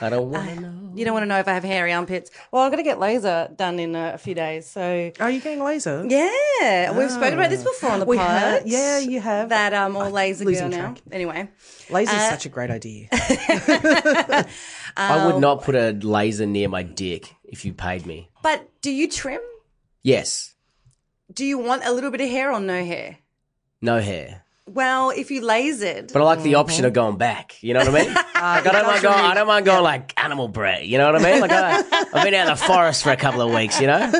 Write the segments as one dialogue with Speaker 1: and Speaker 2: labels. Speaker 1: I don't want to know.
Speaker 2: You don't want to know if I have hairy armpits. Well, I'm going to get laser done in a few days. So,
Speaker 3: Are you Oh, getting laser?
Speaker 2: yeah, we've spoken about this before on the
Speaker 3: We
Speaker 2: pod.
Speaker 3: have- yeah, you have.
Speaker 2: That uh, um, all laser girl
Speaker 3: losing
Speaker 2: now.
Speaker 3: track.
Speaker 2: Anyway,
Speaker 3: Laser's such a great idea.
Speaker 1: I
Speaker 3: Oh.
Speaker 1: would not put a laser near my dick if you paid me.
Speaker 2: but do you trim?
Speaker 1: Yes,
Speaker 2: Do you want a little bit of hair or no hair?
Speaker 1: no hair.
Speaker 2: Well, if you lasered,
Speaker 1: But I like the option
Speaker 3: Mm-hmm.
Speaker 1: of going back. You know what I mean? like I don't mind going. I don't mind going like animal bred. You know what I mean? Like I, I've been out in the forest for a couple of weeks. You know.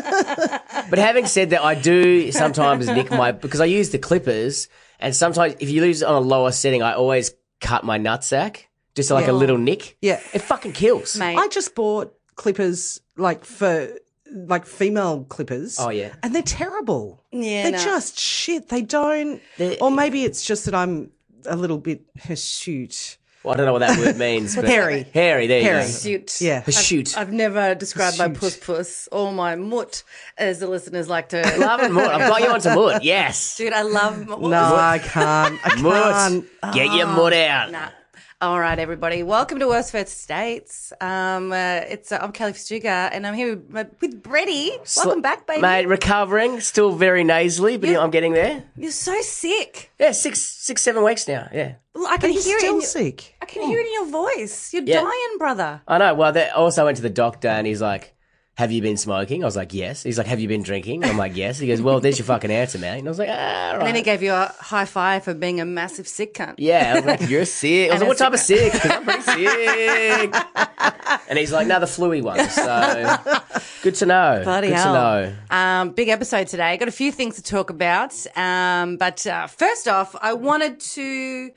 Speaker 1: But having said that, I do sometimes nick my because I use the clippers, and sometimes if you lose on a lower setting, I always cut my nutsack just like a little nick.
Speaker 3: Yeah.
Speaker 1: It fucking kills.
Speaker 2: mate,
Speaker 3: I just bought clippers like for like female clippers.
Speaker 1: Oh, yeah.
Speaker 3: and they're terrible.
Speaker 2: Yeah,
Speaker 3: they're
Speaker 2: no.
Speaker 3: just shit. They don't.
Speaker 1: They're-
Speaker 3: or maybe it's just that I'm a little bit hirsute.
Speaker 1: Well, I don't know what that word means. But
Speaker 3: Hairy.
Speaker 1: Hairy. There
Speaker 3: Hairy.
Speaker 1: you go.
Speaker 2: suit.
Speaker 3: Yeah.
Speaker 1: Shoot.
Speaker 2: I've never described my puss puss or my mut, as the listeners like to.
Speaker 1: Love and Moot. I've got you onto Moot. Yes.
Speaker 2: Dude, I love. What was
Speaker 3: No, I can't. I
Speaker 1: Moot.
Speaker 3: can't.
Speaker 1: Get
Speaker 2: Ah,
Speaker 1: your Moot out.
Speaker 2: All right, everybody. Welcome to Worst First States. Um, uh, it's uh, I'm Kelly Stuga, and I'm here with, my- with Bretty. Welcome back, baby.
Speaker 1: Mate, recovering. Still very nasally, but you know, I'm getting there.
Speaker 2: You're so sick.
Speaker 1: Yeah, six, six, seven weeks now. Yeah.
Speaker 2: Well, I can
Speaker 3: You're
Speaker 2: hear it. In
Speaker 3: still
Speaker 2: your,
Speaker 3: sick.
Speaker 2: I can hear it in your voice. You're
Speaker 1: Yeah.
Speaker 2: dying, brother.
Speaker 1: I know. Well, they also went to the doctor and he's like, have you been smoking? I was like, yes. He's like, have you been drinking? I'm like, yes. He goes, well, there's your fucking answer, man. And I was like, ah, all right.
Speaker 2: And then he gave you a high five for being a massive sick cunt.
Speaker 1: Yeah, I was like, you're sick. I was like,
Speaker 2: And
Speaker 1: what
Speaker 2: a
Speaker 1: type of sick? 'Cause I'm pretty sick. and he's like, no, the fluey one. So good to know.
Speaker 2: Bloody
Speaker 1: good
Speaker 2: hell.
Speaker 1: to know.
Speaker 2: Um, big episode today. Got a few things to talk about. Um, but uh, first off, I wanted to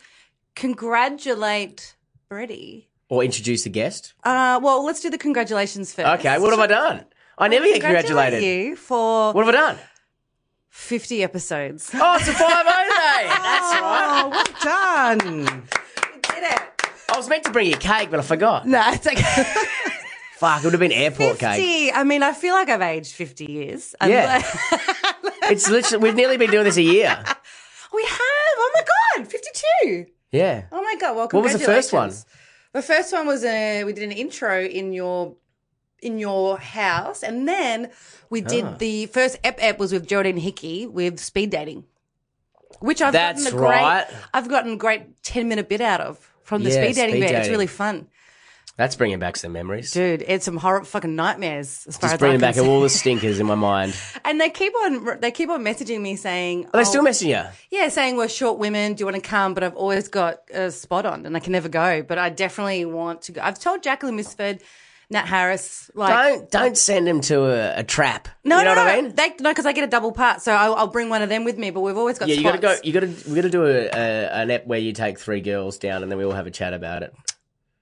Speaker 2: congratulate Bretty.
Speaker 1: Or introduce the guest.
Speaker 2: Uh, well, let's do the congratulations first.
Speaker 1: Okay, what have I done? I never get
Speaker 2: Congratulate
Speaker 1: congratulated.
Speaker 2: you for
Speaker 1: What have I done?
Speaker 2: 50 episodes.
Speaker 1: Oh, it's a 5 day. That's right.
Speaker 3: Oh, well done.
Speaker 2: Did it.
Speaker 1: I was meant to bring you cake, but I forgot.
Speaker 2: No, it's okay.
Speaker 1: Fuck, it would have been airport cake.
Speaker 2: 50. I mean, I feel like I've aged 50 years. I'm
Speaker 1: Yeah. It's literally, we've nearly been doing this a year.
Speaker 2: we have. Oh my God, 52.
Speaker 1: Yeah.
Speaker 2: Oh my god! Well,
Speaker 1: What was the first one?
Speaker 2: congratulations. The first one was a we did an intro in your in your house, and then we did
Speaker 1: Ah.
Speaker 2: the first ep ep was with Geraldine Hickey with speed dating, which I've
Speaker 1: That's
Speaker 2: gotten a great,
Speaker 1: right.
Speaker 2: I've gotten a great ten minute bit out of from the
Speaker 1: Yeah,
Speaker 2: speed dating
Speaker 1: speed
Speaker 2: bit. It's
Speaker 1: dating.
Speaker 2: really fun,
Speaker 1: That's bringing back some memories.
Speaker 2: dude. It's some horror fucking nightmares as far
Speaker 1: Just
Speaker 2: as I
Speaker 1: bringing
Speaker 2: can
Speaker 1: back
Speaker 2: see.
Speaker 1: all the stinkers in my mind.
Speaker 2: And they keep on they keep on messaging me saying,
Speaker 1: Are they
Speaker 2: oh,
Speaker 1: still messaging you?
Speaker 2: Yeah, saying we're short women. Do you want to come? But I've always got a spot on, and I can never go. But I definitely want to go. I've told Jacqueline Misford, Nat Harris, like.
Speaker 1: Don't don't send him to a, a trap.
Speaker 2: no,
Speaker 1: you know
Speaker 2: no,
Speaker 1: what I mean.
Speaker 2: They, no, because I get a double part, so I'll, I'll bring one of them with me. But we've always got.
Speaker 1: yeah, you gotta
Speaker 2: spots.
Speaker 1: go. You gotta we gotta do a, a an app where you take three girls down and then we all have a chat about it.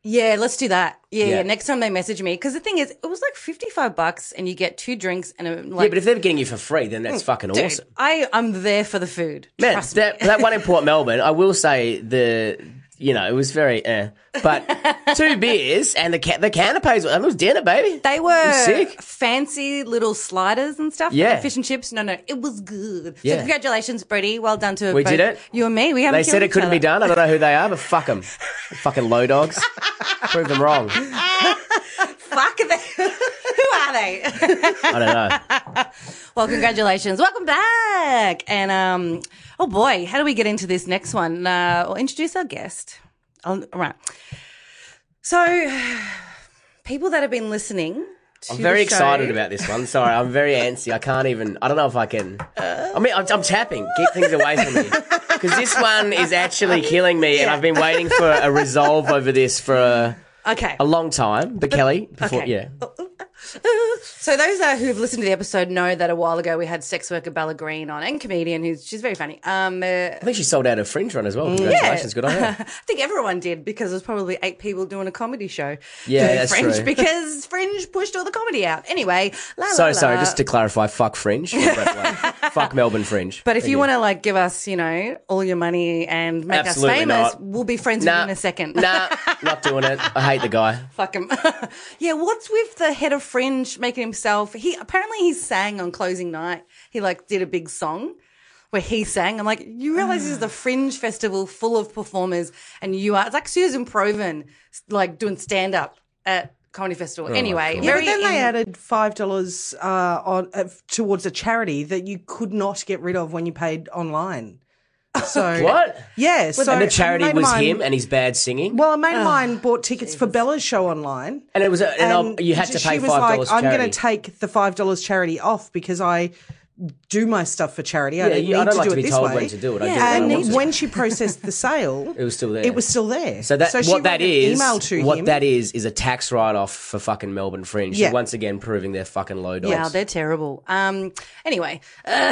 Speaker 2: Yeah, let's do that. Yeah, yeah.
Speaker 1: Yeah.
Speaker 2: Next time they message me, because the thing is, it was like fifty-five bucks, and you get two drinks and a like. Mm,
Speaker 1: yeah, but if they're getting you for free, then that's fucking
Speaker 2: dude,
Speaker 1: awesome.
Speaker 2: I I'm there for the food.
Speaker 1: Man,
Speaker 2: Trust me.
Speaker 1: that that one in Port Melbourne, I will say the you know it was very, eh. but two beers and the ca- the canapes. and It was dinner, baby.
Speaker 2: They were
Speaker 1: sick.
Speaker 2: fancy little sliders and stuff.
Speaker 1: Yeah.
Speaker 2: Fish and chips. No, no, it was good. So
Speaker 1: Yeah.
Speaker 2: congratulations, Brady. Well done to
Speaker 1: We
Speaker 2: both
Speaker 1: did it.
Speaker 2: You and me. We haven't
Speaker 1: They said
Speaker 2: killed
Speaker 1: it
Speaker 2: each
Speaker 1: couldn't be
Speaker 2: other.
Speaker 1: done. I don't know who they are, but fuck them. fucking low dogs. Prove them wrong. I
Speaker 2: Fuck they. Who are they?
Speaker 1: don't know.
Speaker 2: well, congratulations. Welcome back. And um, oh boy, how do we get into this next one? Uh, we'll introduce our guest. I'll, all right. So, people that have been listening. To
Speaker 1: I'm very
Speaker 2: the show-
Speaker 1: excited about this one. Sorry, I'm very antsy. I can't even. I don't know if I can. I mean, I'm, I'm tapping. Keep things away from me because this one is actually killing me, and I've been waiting for a resolve over this for a,
Speaker 2: Okay.
Speaker 1: a long time. But Kelly, before
Speaker 2: Okay.
Speaker 1: yeah,
Speaker 2: So those uh, who've listened to the episode know that a while ago we had sex worker Bella Green on and comedian who's she's very funny. Um, uh,
Speaker 1: I think she sold out a fringe run as well.
Speaker 3: Mm.
Speaker 1: Congratulations, good on her.
Speaker 2: I think everyone did because there's probably eight people doing a comedy show.
Speaker 1: Yeah,
Speaker 2: doing
Speaker 1: that's
Speaker 2: Fringe
Speaker 1: true.
Speaker 2: because Fringe pushed all the comedy out. Anyway, la, la,
Speaker 1: Sorry,
Speaker 2: la.
Speaker 1: sorry. Just to clarify, fuck fringe. fuck Melbourne fringe.
Speaker 2: But if you want to like give us, you know, all your money and make us
Speaker 1: Absolutely
Speaker 2: famous,
Speaker 1: not.
Speaker 2: we'll be friends
Speaker 1: nah,
Speaker 2: within a second.
Speaker 1: nah, not doing it. I hate the guy.
Speaker 2: Fuck him. yeah, what's with the head of Fringe making himself? He apparently he sang on closing night. He like did a big song where he sang. I'm like, you realize this is the Fringe festival full of performers, and you are. It's like Susan Proven like doing stand up. at Comedy Festival. anyway,
Speaker 3: Oh Yeah,
Speaker 2: very
Speaker 3: but then they
Speaker 2: in-
Speaker 3: added five dollars uh, on uh, towards a charity that you could not get rid of when you paid online. So
Speaker 1: What?
Speaker 3: Yeah, so
Speaker 1: and the
Speaker 3: a
Speaker 1: charity
Speaker 3: mate of
Speaker 1: was
Speaker 3: mine-
Speaker 1: him and his bad singing.
Speaker 3: Well, a mate of mine bought tickets for Bella's show online.
Speaker 1: and it was, a, and, I'll- you had to
Speaker 3: she
Speaker 1: pay
Speaker 3: was
Speaker 1: five dollars.
Speaker 3: like, I'm
Speaker 1: going
Speaker 3: to take the five dollars charity off because I do my stuff for charity. I
Speaker 1: Yeah,
Speaker 3: don't
Speaker 1: you,
Speaker 3: need
Speaker 1: I don't
Speaker 3: to
Speaker 1: like
Speaker 3: do
Speaker 1: to
Speaker 3: it
Speaker 1: be
Speaker 3: this
Speaker 1: told
Speaker 3: way.
Speaker 1: when to do it. I do
Speaker 2: Yeah,
Speaker 1: it when I
Speaker 2: and
Speaker 1: want
Speaker 3: And
Speaker 1: to.
Speaker 3: when she processed the sale,
Speaker 1: It was still there.
Speaker 3: it was still there.
Speaker 1: So that
Speaker 3: she
Speaker 1: what that
Speaker 3: wrote an
Speaker 1: is
Speaker 3: email to
Speaker 1: what
Speaker 3: him.
Speaker 1: that is is a tax write off for fucking Melbourne Fringe.
Speaker 3: Yeah.
Speaker 1: Once again proving they're fucking low dogs.
Speaker 2: Wow, they're terrible. Um, anyway, uh,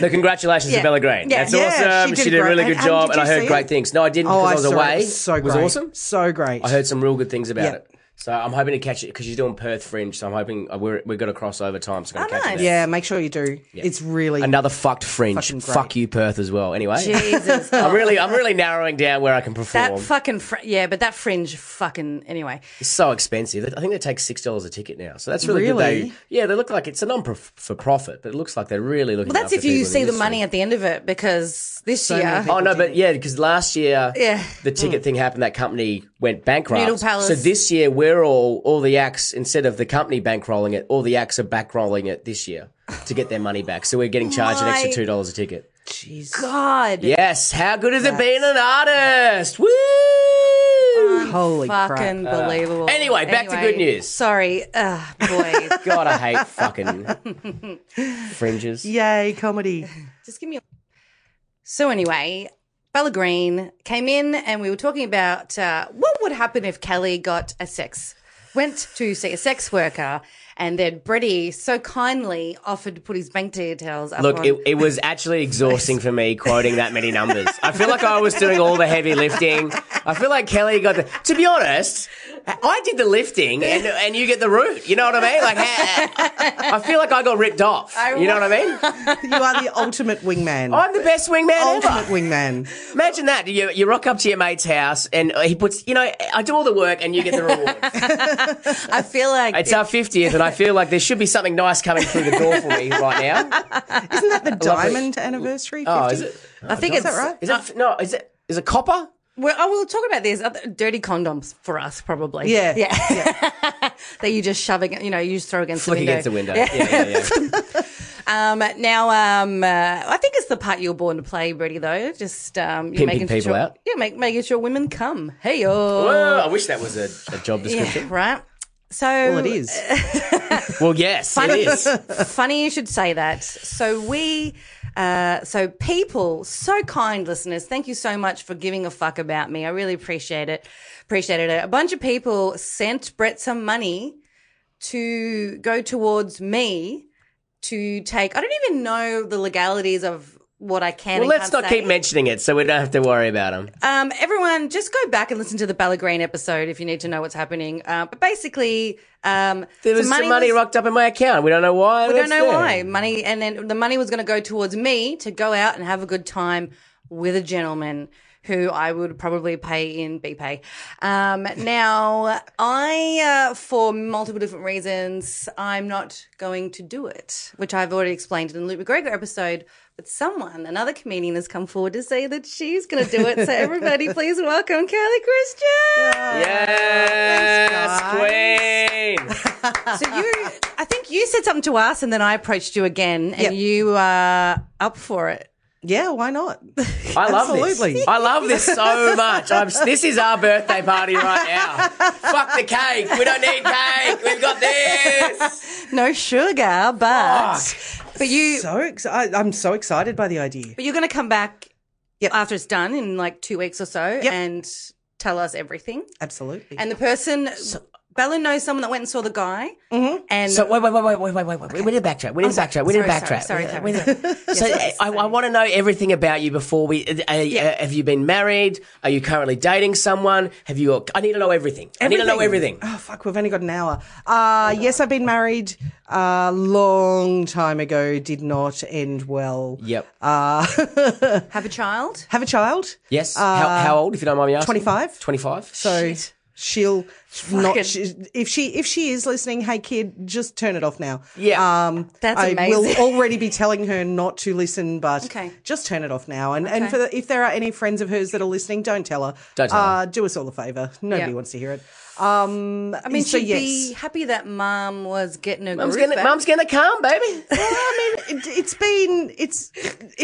Speaker 1: But congratulations to Bella Green.
Speaker 2: Yeah.
Speaker 1: That's
Speaker 2: Yeah,
Speaker 1: awesome.
Speaker 3: she
Speaker 1: She
Speaker 3: did
Speaker 1: did, a
Speaker 3: a great-
Speaker 1: really good
Speaker 3: and- and
Speaker 1: job,
Speaker 3: did
Speaker 1: and I
Speaker 3: you
Speaker 1: heard
Speaker 3: see
Speaker 1: great
Speaker 3: it?
Speaker 1: things. No, I didn't
Speaker 3: Oh,
Speaker 1: because I,
Speaker 3: I
Speaker 1: was
Speaker 3: saw
Speaker 1: away.
Speaker 3: It. So
Speaker 1: was
Speaker 3: great.
Speaker 1: awesome.
Speaker 3: So great.
Speaker 1: I heard some real good things about
Speaker 3: Yeah.
Speaker 1: it. So I'm hoping to catch it because she's doing Perth Fringe. So I'm hoping uh, we're we're gonna cross over time. So I'm gonna
Speaker 2: Oh,
Speaker 1: catch
Speaker 2: nice.
Speaker 1: it. there.
Speaker 3: Yeah, make sure you do. It's really
Speaker 1: Another fucked fringe.
Speaker 3: Fucking great.
Speaker 1: Fuck you, Perth, as well. Anyway,
Speaker 2: Jesus.
Speaker 1: I'm really I'm really narrowing down where I can perform.
Speaker 2: That fucking fr- yeah, but that fringe fucking anyway.
Speaker 1: It's so expensive. I think they take six dollars a ticket now, so that's really, good.
Speaker 3: Really?
Speaker 1: They, yeah, they look like it's a non for profit, but it looks like they're really looking.
Speaker 2: Well, that's
Speaker 1: after
Speaker 2: if you
Speaker 1: people in
Speaker 2: see the
Speaker 1: industry.
Speaker 2: money at the end of it because this
Speaker 3: So
Speaker 2: year
Speaker 3: many
Speaker 1: Oh no, but yeah, because last year,
Speaker 2: Yeah. Hmm.
Speaker 1: the ticket thing happened. That company went bankrupt.
Speaker 2: Noodle Palace.
Speaker 1: So this year, we're all all the acts instead of the company bankrolling it, all the acts are bankrolling it this year to get their money back. So we're getting charged an extra
Speaker 2: My-
Speaker 1: two dollars a ticket.
Speaker 2: God,
Speaker 1: Yes, how good has it been an artist? Woo!
Speaker 2: Um,
Speaker 3: holy crap.
Speaker 2: fucking believable.
Speaker 1: Uh, anyway, back to good news.
Speaker 2: Sorry, Ugh, boy.
Speaker 1: God, I hate fucking fringes.
Speaker 3: Yay, comedy.
Speaker 2: Just give me. A- so anyway, Bella Green came in and we were talking about uh, what would happen if Kelly got a sex went to see a sex worker. And then Brady so kindly offered to put his bank details up
Speaker 1: Look,
Speaker 2: on-
Speaker 1: it, it was actually exhausting for me quoting that many numbers. I feel like I was doing all the heavy lifting. I feel like Kelly got the. To be honest, I did the lifting and, and you get the root. You know what I mean? Like, I I feel like I got ripped off. You know what I mean?
Speaker 3: You are the ultimate wingman.
Speaker 1: I'm the best wingman
Speaker 3: ultimate
Speaker 1: ever.
Speaker 3: wingman.
Speaker 1: Imagine that. You, you rock up to your mate's house and he puts, you know, I do all the work and you get the reward.
Speaker 2: I feel like
Speaker 1: It's our 50th and I feel like there should be something nice coming through the door for me right now.
Speaker 3: Isn't that the diamond anniversary? 50?
Speaker 1: Oh, is it?
Speaker 2: I think
Speaker 3: Is
Speaker 2: it's
Speaker 3: that right?
Speaker 1: Is it? No, is it? Is it copper?
Speaker 2: Well, oh, we'll talk about this. Other- Dirty condoms for us, probably.
Speaker 3: Yeah.
Speaker 2: yeah. that you just shove against, you know, you just throw against
Speaker 1: Flick
Speaker 2: the window.
Speaker 1: against the window. Yeah, yeah, yeah.
Speaker 2: Um, now, um, uh, I think it's the part you were born to play, Brady. Though, just um, you're
Speaker 1: Pimping people
Speaker 2: sure,
Speaker 1: out.
Speaker 2: Yeah, make, making sure women come. Hey yo,
Speaker 1: Well, I wish that was a, a job description.
Speaker 2: yeah, right. So
Speaker 3: Well, it is.
Speaker 1: Well, yes, it is.
Speaker 2: Funny you should say that. So we, uh, so people, so kind listeners, thank you so much for giving a fuck about me. I really appreciate it. Appreciated it. A bunch of people sent Brett some money to go towards me to take. I don't even know the legalities of what I can.
Speaker 1: Well,
Speaker 2: and
Speaker 1: let's
Speaker 2: can't
Speaker 1: not
Speaker 2: say.
Speaker 1: keep mentioning it so we don't have to worry about them.
Speaker 2: Um, everyone, just go back and listen to the Bella Green episode if you need to know what's happening. Uh, but basically, um,
Speaker 1: There was
Speaker 2: some
Speaker 1: some money
Speaker 2: was-
Speaker 1: rocked up in my account. We don't know why.
Speaker 2: we don't know why money and then the money was going to go towards me to go out and have a good time with a gentleman who I would probably pay in BPay. Um, now, I, uh, for multiple different reasons, I'm not going to do it, which I've already explained in the Luke McGregor episode. But someone, another comedian, has come forward to say that she's going to do it. So, everybody, please welcome Kelly Christian.
Speaker 1: Yes, queen.
Speaker 2: So you, I think you said something to us, and then I approached you again, and
Speaker 3: Yep.
Speaker 2: you are up for it.
Speaker 3: Yeah, why not?
Speaker 1: I love
Speaker 3: Absolutely.
Speaker 1: this. I love this so much. I'm, this is our birthday party right now. Fuck the cake. We don't need cake. We've got this.
Speaker 2: No sugar, but but you,
Speaker 3: so excited. I'm so excited by the idea.
Speaker 2: but you're going to come back
Speaker 3: Yep.
Speaker 2: after it's done in like two weeks or so, and tell us everything.
Speaker 3: Absolutely.
Speaker 2: And the person, Bella knows someone that went and saw the guy, and
Speaker 1: So wait, wait, wait, wait, wait, wait, wait, wait. We need to backtrack. We need to
Speaker 2: sorry,
Speaker 1: backtrack. We need to
Speaker 2: sorry,
Speaker 1: backtrack.
Speaker 2: sorry, sorry,
Speaker 1: We-
Speaker 2: sorry.
Speaker 1: we- So I, I want to know everything about you before we. Uh, uh, uh, have you been married? Are you currently dating someone? Have you? Got, I need to know everything. I need to know everything.
Speaker 3: Oh fuck, we've only got an hour. Uh yes, I've been married a long time ago, did not end well. Uh,
Speaker 1: Yep.
Speaker 2: have a child.
Speaker 3: Have a child?
Speaker 1: yes. how, how old? If you don't mind me asking.
Speaker 3: 25.
Speaker 1: Twenty-five.
Speaker 3: uh, So she'll
Speaker 2: Fucking-
Speaker 3: not she, if she if she is listening, hey kid, just turn it off now.
Speaker 1: Yeah.
Speaker 3: Um
Speaker 2: That's
Speaker 3: I will
Speaker 2: amazing.
Speaker 3: already be telling her not to listen, but
Speaker 2: Okay.
Speaker 3: just turn it off now. And and for the, if there are any friends of hers that are listening, don't tell her.
Speaker 1: Don't tell
Speaker 3: uh, do us all a favor. Nobody
Speaker 2: Yeah.
Speaker 3: wants to hear it. Um,
Speaker 2: I mean,
Speaker 3: so
Speaker 2: she'd
Speaker 3: yes,
Speaker 2: be happy that mum was getting her
Speaker 1: Mum's
Speaker 2: groove
Speaker 1: gonna,
Speaker 2: back.
Speaker 1: mum's gonna come, baby.
Speaker 3: uh, I mean, it, it's been it's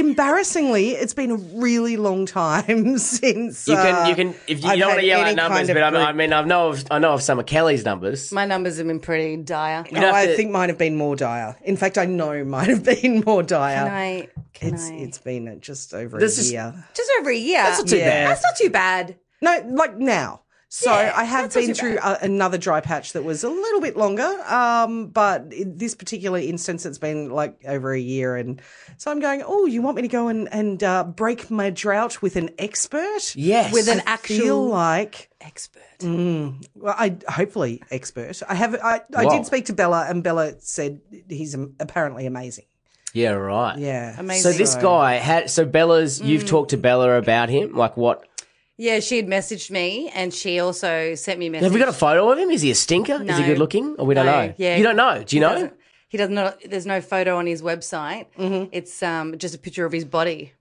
Speaker 3: embarrassingly, it's been a really long time since
Speaker 1: You can,
Speaker 3: uh,
Speaker 1: you can. If you,
Speaker 3: I've
Speaker 1: you don't want
Speaker 3: had
Speaker 1: to yell out
Speaker 3: any
Speaker 1: numbers,
Speaker 3: kind of
Speaker 1: but I mean,
Speaker 3: group-
Speaker 1: I mean, I know, of, I know of some of Kelly's numbers.
Speaker 2: My numbers have been pretty dire.
Speaker 1: don't
Speaker 2: Can
Speaker 3: Oh,
Speaker 1: have
Speaker 3: I
Speaker 1: to-
Speaker 3: think mine have been more dire. In fact, I know mine have been more dire.
Speaker 2: I? Can
Speaker 3: it's
Speaker 2: I?
Speaker 3: it's been just over
Speaker 1: This
Speaker 3: a
Speaker 1: is-
Speaker 3: year.
Speaker 2: just over a year.
Speaker 1: That's not too
Speaker 3: Yeah.
Speaker 1: bad.
Speaker 2: That's not too bad.
Speaker 3: No, like now. So
Speaker 2: Yeah,
Speaker 3: I have
Speaker 2: that's not
Speaker 3: been
Speaker 2: too
Speaker 3: through a, another dry patch that was a little bit longer, um, but in this particular instance, it's been like over a year, and so I'm going. Oh, you want me to go and and uh, break my drought with an expert?
Speaker 1: Yes.
Speaker 2: With an
Speaker 3: I feel
Speaker 2: actual
Speaker 3: like
Speaker 2: expert.
Speaker 3: well, I hopefully expert. I have. I, I
Speaker 1: Wow.
Speaker 3: did speak to Bella, and Bella said he's am- apparently amazing.
Speaker 1: yeah, right.
Speaker 3: Yeah,
Speaker 2: Amazing.
Speaker 1: So this guy had. So Bella's. You've talked to Bella about him. Like what?
Speaker 2: Yeah, she had messaged me and she also sent me a message.
Speaker 1: Have we got a photo of him? Is he a stinker? Is he
Speaker 2: No.
Speaker 1: good looking? Or we don't
Speaker 2: No,
Speaker 1: know.
Speaker 2: yeah.
Speaker 1: You don't know. Do you know?
Speaker 2: doesn't- He does not. There's no photo on his website. It's um, just a picture of his body,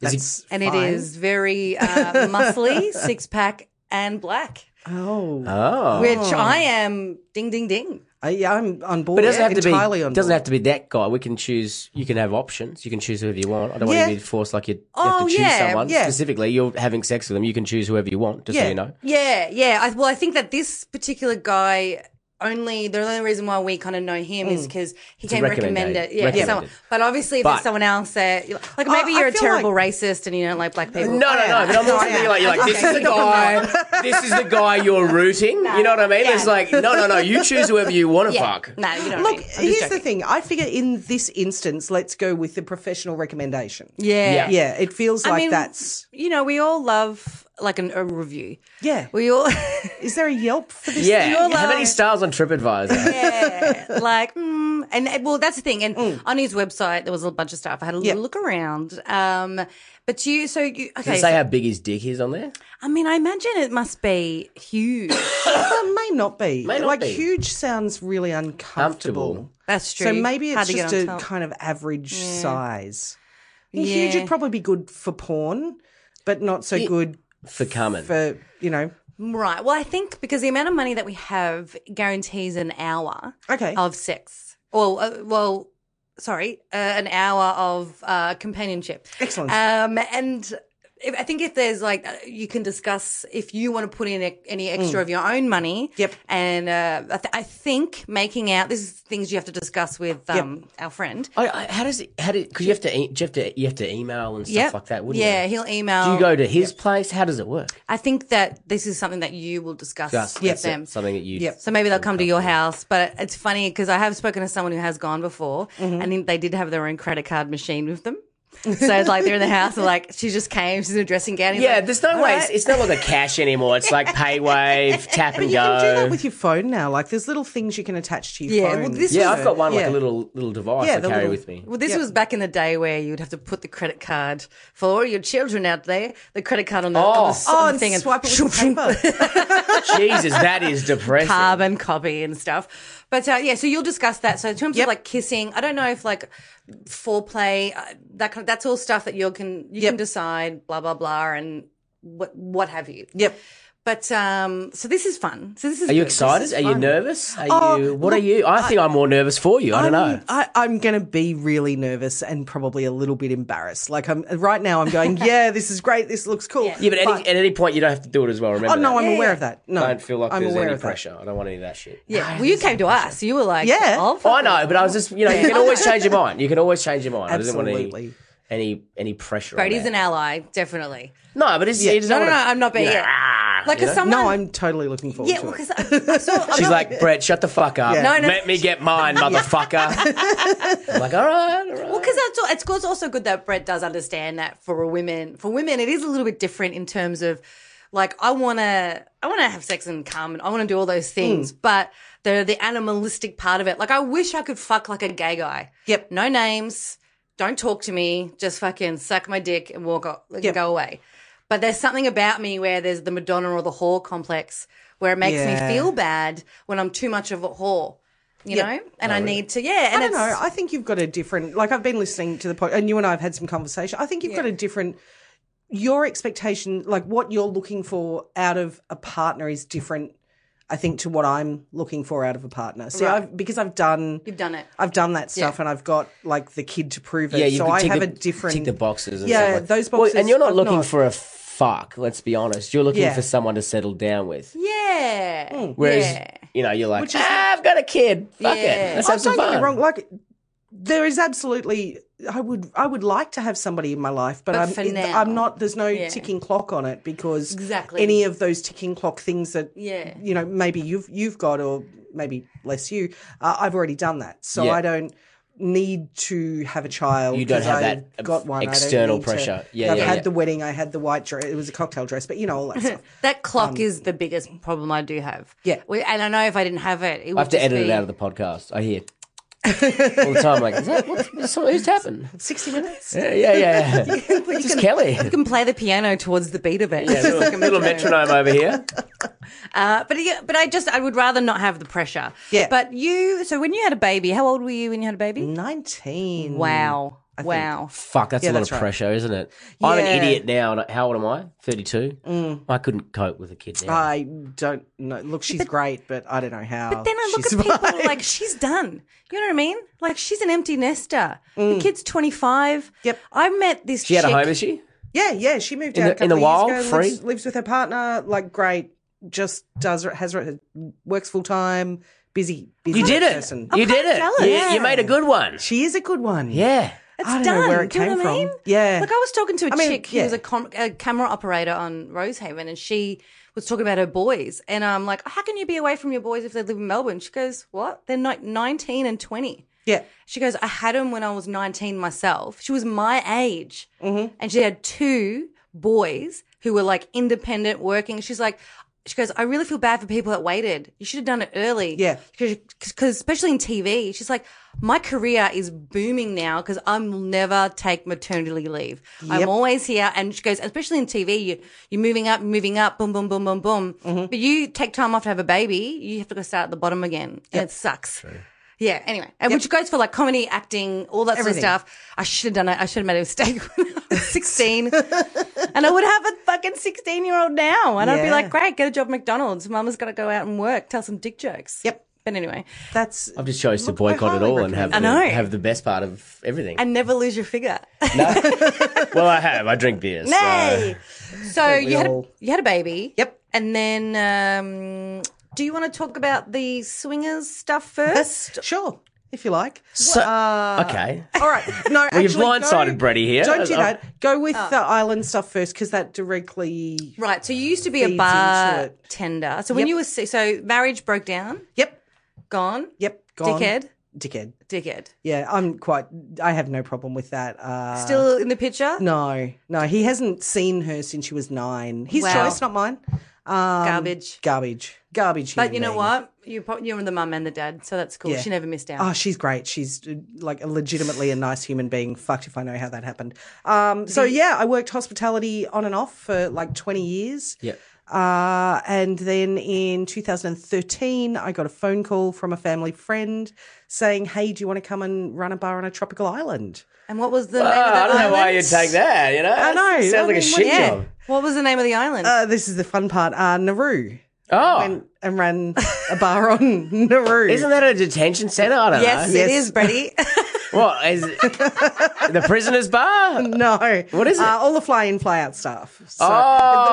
Speaker 3: That's
Speaker 2: and
Speaker 3: fine.
Speaker 2: it is very uh, muscly, six pack, and black.
Speaker 3: Oh,
Speaker 1: Oh.
Speaker 2: Which I am. Ding, ding, ding.
Speaker 3: I, yeah, I'm on board.
Speaker 1: But it doesn't have to
Speaker 3: entirely
Speaker 1: be.
Speaker 3: on
Speaker 1: doesn't
Speaker 3: board.
Speaker 1: have to be that guy. We can choose. You can have options. You can choose whoever you want. I don't
Speaker 3: Yeah.
Speaker 1: want you to be forced like you have
Speaker 2: Oh,
Speaker 1: to choose
Speaker 2: yeah,
Speaker 1: someone
Speaker 3: yeah.
Speaker 1: specifically. You're having sex with them. You can choose whoever you want. Just so
Speaker 3: Yeah.
Speaker 1: you know.
Speaker 2: Yeah, yeah. I, well, I think that this particular guy only the only reason why we kind of know him is because he can Mm. recommend
Speaker 1: recommended-
Speaker 2: it. Yeah,
Speaker 1: recommended.
Speaker 2: someone. But obviously, if
Speaker 1: But-
Speaker 2: there's someone else that, like, maybe
Speaker 3: I
Speaker 2: you're a
Speaker 3: feel
Speaker 2: terrible racist and you don't like black people.
Speaker 1: No, no, no. But I'm
Speaker 2: Oh,
Speaker 1: not
Speaker 3: Yeah.
Speaker 1: saying like, you're like, this is the guy. this is the guy you're rooting. You know what I mean? It's like, no, no, no. You choose whoever you want to
Speaker 2: Yeah.
Speaker 1: fuck.
Speaker 2: No, you don't.
Speaker 3: Look,
Speaker 2: mean. I'm just
Speaker 3: here's the
Speaker 2: joking.
Speaker 3: thing. I figure in this instance, let's go with the professional recommendation.
Speaker 2: Yeah.
Speaker 1: Yeah.
Speaker 3: Yeah, it feels like
Speaker 2: mean,
Speaker 3: that's.
Speaker 2: You know, we all love like an, a review.
Speaker 3: Yeah.
Speaker 2: We all,
Speaker 3: Is there a Yelp for this?
Speaker 1: Yeah.
Speaker 2: You're
Speaker 1: How many
Speaker 2: like-
Speaker 1: stars on TripAdvisor?
Speaker 2: yeah, like, mm, and uh, well, that's the thing. And
Speaker 3: Mm.
Speaker 2: on his website, there was a bunch of stuff. I had a little look around. Um, but you, so you, okay.
Speaker 1: Say
Speaker 2: so-
Speaker 1: how big his dick is on there.
Speaker 2: I mean, I imagine it must be huge.
Speaker 3: That may not be.
Speaker 1: May not
Speaker 3: like
Speaker 1: be.
Speaker 3: huge sounds really uncomfortable.
Speaker 2: That's true.
Speaker 3: So maybe it's
Speaker 2: Hard to get
Speaker 3: just
Speaker 2: on
Speaker 3: a
Speaker 2: top.
Speaker 3: kind of average size. I mean, Huge
Speaker 2: Yeah.
Speaker 3: would probably be good for porn, but not so good
Speaker 1: For coming.
Speaker 3: for you know.
Speaker 2: right. Well, I think because the amount of money that we have guarantees an hour
Speaker 3: Okay.
Speaker 2: of sex. Well, uh, well, sorry, uh, an hour of uh, companionship.
Speaker 3: Excellent.
Speaker 2: Um, and if, I think if there's like, uh, you can discuss if you want to put in e- any extra
Speaker 1: Mm.
Speaker 2: of your own money.
Speaker 3: Yep.
Speaker 2: And uh, I, th- I think making out, this is things you have to discuss with um, our friend.
Speaker 1: I, I, how does it? How did? Because you have to. e- You have to. You have to email and stuff
Speaker 2: Yep.
Speaker 1: like that, wouldn't
Speaker 2: yeah,
Speaker 1: you?
Speaker 2: he'll email.
Speaker 1: Do you go to his place? How does it work?
Speaker 2: I think that this is something that you will discuss
Speaker 1: That's,
Speaker 2: with
Speaker 1: that's it.
Speaker 2: them.
Speaker 1: Something that you.
Speaker 3: Yep.
Speaker 2: So maybe they'll come to your house, but it's funny because I have spoken to someone who has gone before,
Speaker 3: Mm-hmm.
Speaker 2: and then they did have their own credit card machine with them. So it's like they're in the house, and like she just came, she's in a dressing gown. he's
Speaker 1: Yeah,
Speaker 2: like,
Speaker 1: there's no
Speaker 2: "All
Speaker 1: way.
Speaker 2: right."
Speaker 1: It's, it's not like a cash anymore. It's like PayWave, tap and
Speaker 3: you
Speaker 1: go.
Speaker 3: can do that with your phone now. Like there's little things you can attach to your
Speaker 2: Uh, Yeah,
Speaker 3: phone.
Speaker 2: well, this
Speaker 1: yeah, I've got one like
Speaker 3: Yeah.
Speaker 1: a little little device
Speaker 3: Yeah,
Speaker 1: I
Speaker 3: the
Speaker 1: carry
Speaker 3: little-
Speaker 1: with me.
Speaker 2: Well, this was back in the day where you'd have to put the credit card for all your children out there, the credit card on the, on the,
Speaker 1: Oh.
Speaker 2: s-
Speaker 3: Oh,
Speaker 2: on the
Speaker 3: and
Speaker 2: thing
Speaker 3: swipe it
Speaker 2: and
Speaker 3: with the paper.
Speaker 1: Jesus, that is depressing.
Speaker 2: carbon copy and stuff. But uh, yeah, so you'll discuss that. So in terms
Speaker 3: Yep.
Speaker 2: of like kissing, I don't know if like foreplay, uh, that kind of, that's all stuff that you can you can decide. Blah blah blah, and what what have you.
Speaker 3: Yep.
Speaker 2: But um, so this is fun. So this is.
Speaker 1: Are you
Speaker 2: good. This
Speaker 1: excited?
Speaker 2: is
Speaker 1: Are you
Speaker 2: fun.
Speaker 1: nervous? Are
Speaker 3: Oh,
Speaker 1: you? What are you? I think I'm more nervous for you. I don't know.
Speaker 3: I'm- I, I'm going to be really nervous and probably a little bit embarrassed. Like I'm right now. I'm going. yeah, this is great. This looks cool.
Speaker 2: Yeah.
Speaker 1: Yeah, but, any, at any point you don't have to do it as well. Remember?
Speaker 3: oh no,
Speaker 1: that.
Speaker 3: I'm
Speaker 2: Yeah,
Speaker 3: aware
Speaker 2: yeah.
Speaker 3: of that. No,
Speaker 1: I don't feel like
Speaker 3: I'm
Speaker 1: there's
Speaker 3: aware
Speaker 1: any
Speaker 3: of that.
Speaker 1: pressure. I don't want any of that shit.
Speaker 2: Yeah. Well, you came to us. You were like,
Speaker 3: Yeah.
Speaker 2: Oh,
Speaker 1: Oh, I know, but I was just you know you can always change your mind. You can always change your mind. I just
Speaker 3: Absolutely.
Speaker 1: didn't want any any any pressure. on
Speaker 2: Brady's
Speaker 1: that.
Speaker 2: an ally, definitely.
Speaker 1: no, but it's, you just
Speaker 2: No, no,
Speaker 1: don't
Speaker 2: no,
Speaker 1: wanna-
Speaker 2: I'm not being
Speaker 1: you know,
Speaker 2: it.
Speaker 1: "Ah,"
Speaker 2: Like,
Speaker 1: you know?
Speaker 2: if someone.
Speaker 3: No, I'm totally looking forward
Speaker 2: Um, yeah,
Speaker 3: to it.
Speaker 2: because I, I saw. I'm
Speaker 1: She's
Speaker 2: not-
Speaker 1: like, Brett, shut the fuck up.
Speaker 3: Yeah. No,
Speaker 2: no.
Speaker 1: Let me get mine, motherfucker. I'm like, all right, all right.
Speaker 2: Well, because that's all, it's 'cause also good that Brett does understand that for a women, for women, it is a little bit different in terms of like I want to, I want to have sex and come, and I want to do all those
Speaker 3: Hmm.
Speaker 2: things, but the the animalistic part of it, like I wish I could fuck like a gay guy.
Speaker 3: Yep.
Speaker 2: No names. Don't talk to me. Just fucking suck my dick and walk off, like,
Speaker 3: Yep.
Speaker 2: go away. But there's something about me where there's the Madonna or the whore complex where it makes
Speaker 3: Yeah.
Speaker 2: me feel bad when I'm too much of a whore, you
Speaker 3: Yep.
Speaker 2: know? And I need to, yeah. And
Speaker 3: I don't
Speaker 2: it's,
Speaker 3: know. I think you've got a different. Like I've been listening to the podcast, and you and I have had some conversation. I think you've got a different. Your expectation, like what you're looking for out of a partner, is different. I think, to what I'm looking for out of a partner. So
Speaker 2: Right.
Speaker 3: I've, because I've done,
Speaker 2: You've done it.
Speaker 3: I've done that stuff, and I've got like the kid to prove it.
Speaker 1: Yeah, you
Speaker 3: so
Speaker 1: can
Speaker 3: I
Speaker 1: tick
Speaker 3: have
Speaker 1: the,
Speaker 3: a different.
Speaker 1: tick the boxes. And
Speaker 3: Yeah,
Speaker 1: stuff like-
Speaker 3: those
Speaker 1: Well,
Speaker 3: boxes
Speaker 1: and you're not
Speaker 3: I'm
Speaker 1: looking
Speaker 3: not-
Speaker 1: for a fuck. Let's be honest. You're looking
Speaker 3: Yeah.
Speaker 1: for someone to settle down with.
Speaker 2: Yeah.
Speaker 1: Whereas
Speaker 2: yeah.
Speaker 1: you know you're like,
Speaker 3: is-
Speaker 1: ah, I've got a kid. Fuck
Speaker 2: Yeah.
Speaker 1: it. Let's
Speaker 3: Oh,
Speaker 1: have some
Speaker 3: don't get
Speaker 1: fun.
Speaker 3: me wrong. Like there is absolutely, I would, I would like to have somebody in my life, but,
Speaker 2: But
Speaker 3: I'm,
Speaker 2: for
Speaker 3: it-
Speaker 2: now,
Speaker 3: I'm not. There's no ticking clock on it because
Speaker 2: Exactly.
Speaker 3: any of those ticking clock things that
Speaker 2: Yeah.
Speaker 3: you know maybe you've you've got or maybe less you, uh, I've already done that, so
Speaker 1: Yeah.
Speaker 3: I don't need to have a child.
Speaker 1: You don't
Speaker 3: 'cause
Speaker 1: have
Speaker 3: I've
Speaker 1: that
Speaker 3: got one I don't
Speaker 1: external
Speaker 3: need to-
Speaker 1: pressure. Yeah,
Speaker 3: I've
Speaker 1: yeah,
Speaker 3: had
Speaker 1: yeah.
Speaker 3: the wedding. I had the white dress. It was a cocktail dress, but you know all that stuff.
Speaker 2: That clock
Speaker 1: Um,
Speaker 2: is the biggest problem I do have.
Speaker 3: Yeah.
Speaker 2: We- And I know if I didn't have it, it would
Speaker 1: I have to
Speaker 2: just
Speaker 1: edit it
Speaker 2: be,
Speaker 1: out of the podcast. I hear all the time. Like, is that what's, what's, who's happened?
Speaker 3: Sixty minutes.
Speaker 1: Yeah, yeah, yeah. yeah. It's just Kelly.
Speaker 2: You can play the piano towards the beat of it. It's just like a
Speaker 1: over here.
Speaker 2: Uh, but yeah, but I just I would rather not have the pressure.
Speaker 3: Yeah.
Speaker 2: But you, so when you had a baby, how old were you when you had a baby?
Speaker 1: Mm,
Speaker 3: Nineteen.
Speaker 2: Wow. Wow.
Speaker 1: Fuck, that's a lot
Speaker 3: that's
Speaker 1: of
Speaker 3: right.
Speaker 1: pressure, isn't it? I'm an
Speaker 3: Yeah.
Speaker 1: idiot now. and How old am I? 32? I couldn't cope with a kid now.
Speaker 3: I don't know. Look, she's great, but I don't know how. But
Speaker 2: Then I look at people like she's done. You know what I mean? Like she's an empty nester. The kid's twenty five.
Speaker 3: Yep.
Speaker 2: I met this.
Speaker 1: Mm. she had a
Speaker 2: chick-
Speaker 1: home, is she?
Speaker 3: yeah, yeah. She moved
Speaker 1: In
Speaker 3: out
Speaker 1: the-
Speaker 3: a couple
Speaker 1: in the
Speaker 3: of
Speaker 1: wild,
Speaker 3: years ago.
Speaker 1: free?
Speaker 3: Lives, lives with her partner. Like, great. Just does has works full time. Busy, busy.
Speaker 1: You did it.
Speaker 3: person.
Speaker 1: You did
Speaker 2: kinda
Speaker 1: it.
Speaker 2: jealous.
Speaker 1: You,
Speaker 2: Yeah.
Speaker 1: you made a good one.
Speaker 3: She is a good one.
Speaker 1: Yeah.
Speaker 3: I don't
Speaker 2: done.
Speaker 3: know where it
Speaker 2: Do you know
Speaker 3: came
Speaker 2: what I mean?
Speaker 3: from. Yeah,
Speaker 2: Like I was talking to a
Speaker 3: I mean,
Speaker 2: chick who
Speaker 3: yeah.
Speaker 2: was a, com- a camera operator on Rosehaven, and she was talking about her boys, and I'm like, how can you be away from your boys if they live in Melbourne? She goes, what? They're like 19 and 20.
Speaker 3: yeah.
Speaker 2: She goes, I had him when I was 19 myself. She was my age. And she had two boys who were like independent, working. She's like, she goes, I really feel bad for people that waited. You should have done it early.
Speaker 3: Yeah.
Speaker 2: Because, especially in TV, she's like, my career is booming now because I'll never take maternity leave. I'm always here. And she goes, especially in TV, you, you're moving up, moving up, boom, boom, boom, boom, boom. But you take time off to have a baby, you have to go start at the bottom again. And it sucks. Yeah. Anyway, and which goes for like comedy, acting, all that
Speaker 3: Everything.
Speaker 2: sort of stuff. I should have done it. I should have made a mistake when I was sixteen, and I would have a fucking sixteen-year-old now, and I'd be
Speaker 3: Yeah.
Speaker 2: like, "Great, get a job at McDonald's. Mama's got to go out and work, tell some dick jokes."
Speaker 3: Yep.
Speaker 2: But anyway,
Speaker 3: That's
Speaker 1: I've just chose to
Speaker 3: Look, I
Speaker 1: boycott it
Speaker 3: highly
Speaker 1: all and have
Speaker 2: I
Speaker 1: the,
Speaker 2: know.
Speaker 1: have the best part of everything.
Speaker 2: and never lose your figure.
Speaker 1: well, I have. I drink beer. so-
Speaker 2: Nay. So
Speaker 3: we
Speaker 2: you had a,
Speaker 3: all-
Speaker 2: you had a baby.
Speaker 3: Yep.
Speaker 2: And then, um, do you want to talk about the swingers stuff first?
Speaker 3: sure if you like.
Speaker 1: So- okay.
Speaker 3: All right. No,
Speaker 1: Well, you've
Speaker 3: actually,
Speaker 1: blindsided
Speaker 3: go-
Speaker 1: Brady here. Uh,
Speaker 3: Don't do
Speaker 1: I-
Speaker 3: that. Go with
Speaker 2: Oh.
Speaker 3: the island stuff first because that directly.
Speaker 2: Right. So you used to be a
Speaker 3: Feeds into
Speaker 2: bar
Speaker 3: it.
Speaker 2: tender. So when
Speaker 3: Yep.
Speaker 2: you were si- so marriage broke down,
Speaker 3: Yep.
Speaker 2: gone,
Speaker 3: Yep. Gone.
Speaker 2: dickhead,
Speaker 3: Dickhead.
Speaker 2: dickhead.
Speaker 3: Yeah, I'm quite. I have no problem with that. Uh,
Speaker 2: Still in the picture.
Speaker 3: no, no, he hasn't seen her since she was nine. His
Speaker 2: Wow.
Speaker 3: choice, not mine. Um,
Speaker 2: Garbage.
Speaker 3: garbage, garbage.
Speaker 2: But
Speaker 3: human
Speaker 2: you know
Speaker 3: being.
Speaker 2: what? You pro- you were the mum and the dad, so that's cool. She never missed out.
Speaker 3: Oh, she's great. She's uh, like a legitimately a nice human being. Fucked if I know how that happened. Um, so yeah, I worked hospitality on and off for like twenty years.
Speaker 1: Yep.
Speaker 3: Uh, and then in 2013, I got a phone call from a family friend saying, "Hey, do you want to come and run a bar on a tropical island?"
Speaker 2: and what was the
Speaker 1: Oh,
Speaker 2: name of the
Speaker 1: I don't know
Speaker 2: island?
Speaker 1: why you'd take that, you know? I
Speaker 3: know.
Speaker 1: Sounds
Speaker 3: I
Speaker 1: like a
Speaker 3: mean,
Speaker 1: shit
Speaker 3: yeah.
Speaker 1: job.
Speaker 2: What was the name of the island?
Speaker 3: Uh, this is the fun part. Uh, Nauru.
Speaker 1: Oh.
Speaker 3: went and ran a bar on Nauru.
Speaker 1: Isn't that a detention centre? I don't
Speaker 2: yes,
Speaker 1: know.
Speaker 2: it
Speaker 3: uh, yes.
Speaker 2: is, Brady.
Speaker 1: What is it? the prisoners bar?
Speaker 3: no.
Speaker 1: What is it?
Speaker 3: Uh, all the fly in, fly out stuff. So
Speaker 1: Oh.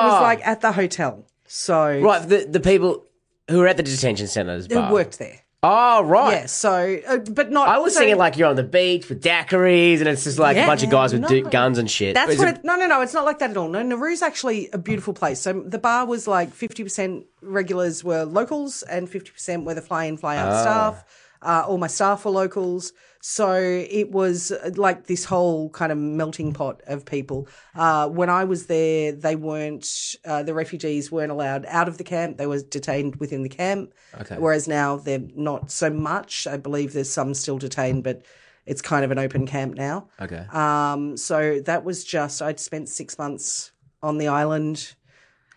Speaker 3: it was like at the hotel. So
Speaker 1: Right, the the people who are at the detention centres
Speaker 3: it
Speaker 1: bar.
Speaker 3: worked there.
Speaker 1: Oh, right.
Speaker 3: Yeah. So, uh, but not.
Speaker 1: I was
Speaker 3: so-
Speaker 1: thinking like you're on the beach with daiquiris and it's just like a
Speaker 2: Yeah.
Speaker 1: bunch of guys with du- guns and shit.
Speaker 2: That's
Speaker 1: Is
Speaker 2: what
Speaker 1: it-
Speaker 3: No, no, no. It's not like that at all. No, Nauru's actually a beautiful place. So the bar was like fifty percent regulars were locals, and fifty percent were the fly in, fly
Speaker 1: Ah.
Speaker 3: out staff. Uh, all my staff were locals, so it was uh, like this whole kind of melting pot of people. Uh, when I was there, they weren't uh, the refugees weren't allowed out of the camp; they were detained within the camp.
Speaker 1: Okay.
Speaker 3: Whereas now they're not so much. I believe there's some still detained, but it's kind of an open camp now.
Speaker 1: Okay.
Speaker 3: Um, so that was just I'd spent six months on the island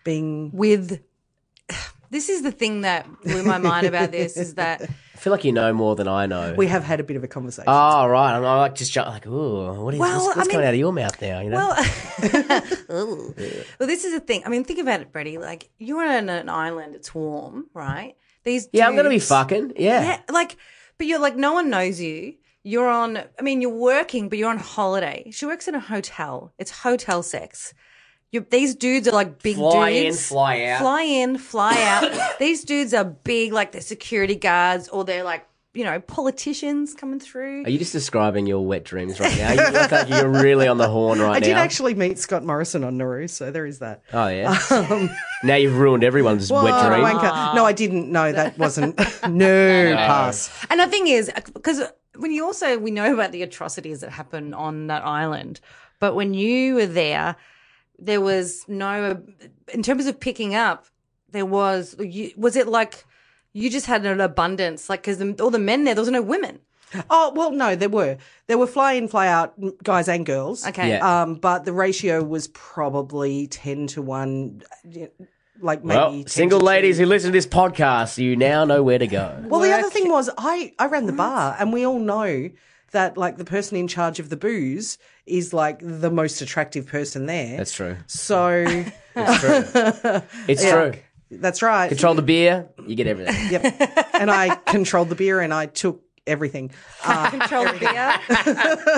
Speaker 3: being
Speaker 2: with this is the thing that blew my mind about this is that
Speaker 1: feel like you know more than I know.
Speaker 3: We have had a bit of a conversation.
Speaker 1: oh right, I'm, I'm like just ju- like, ooh, what is
Speaker 2: Well,
Speaker 1: what's,
Speaker 2: I
Speaker 1: what's coming
Speaker 2: mean-
Speaker 1: out of your mouth now? You know,
Speaker 2: Well, Ooh. well, this is the thing. I mean, think about it, Brady. Like you're on an island; it's warm, right? These
Speaker 1: yeah, I'm gonna be
Speaker 2: dudes-
Speaker 1: fucking yeah.
Speaker 2: Yeah, like, but you're like, no one knows you. You're on. I mean, you're working, but you're on holiday. She works in a hotel. It's hotel sex. you these dudes are like big
Speaker 1: Fly in,
Speaker 2: dudes.
Speaker 1: fly out.
Speaker 2: Fly in, fly out. these dudes are big, like they're security guards or they're like, you know, politicians coming through.
Speaker 1: Are you just describing your wet dreams right now? You look like you're really on the horn right
Speaker 3: I
Speaker 1: now.
Speaker 3: did actually meet Scott Morrison on Nauru, so there is that.
Speaker 1: Oh yeah.
Speaker 3: um,
Speaker 1: now you've ruined everyone's wet
Speaker 3: Oh,
Speaker 1: dream.
Speaker 3: wanker. No, I didn't. No, that wasn't. no, pass.
Speaker 2: And the thing is, because when you also, we know about the atrocities that happen on that island, but when you were there, there was no, in terms of picking up, there was, you, was it like you just had an abundance? Like, because all the men there, there was no women.
Speaker 3: Oh well, no, there were there were fly in, fly out m- guys and girls.
Speaker 2: Okay. uh,
Speaker 1: Yeah.
Speaker 3: Um, but the ratio was probably ten to one, y- like maybe
Speaker 1: Well,
Speaker 3: 10
Speaker 1: single
Speaker 3: to
Speaker 1: ladies
Speaker 3: 2.
Speaker 1: who listen to this podcast, you now know where to go.
Speaker 3: Well, the other
Speaker 2: work-
Speaker 3: thing was, I I ran the bar, and we all know that like the person in charge of the booze is like the most attractive person there.
Speaker 1: That's true.
Speaker 3: so
Speaker 1: It's true. It's true.
Speaker 3: that's right.
Speaker 1: Control the beer, you get everything.
Speaker 3: Yep. and I controlled the beer, and I took everything. Uh,
Speaker 2: Control the beer,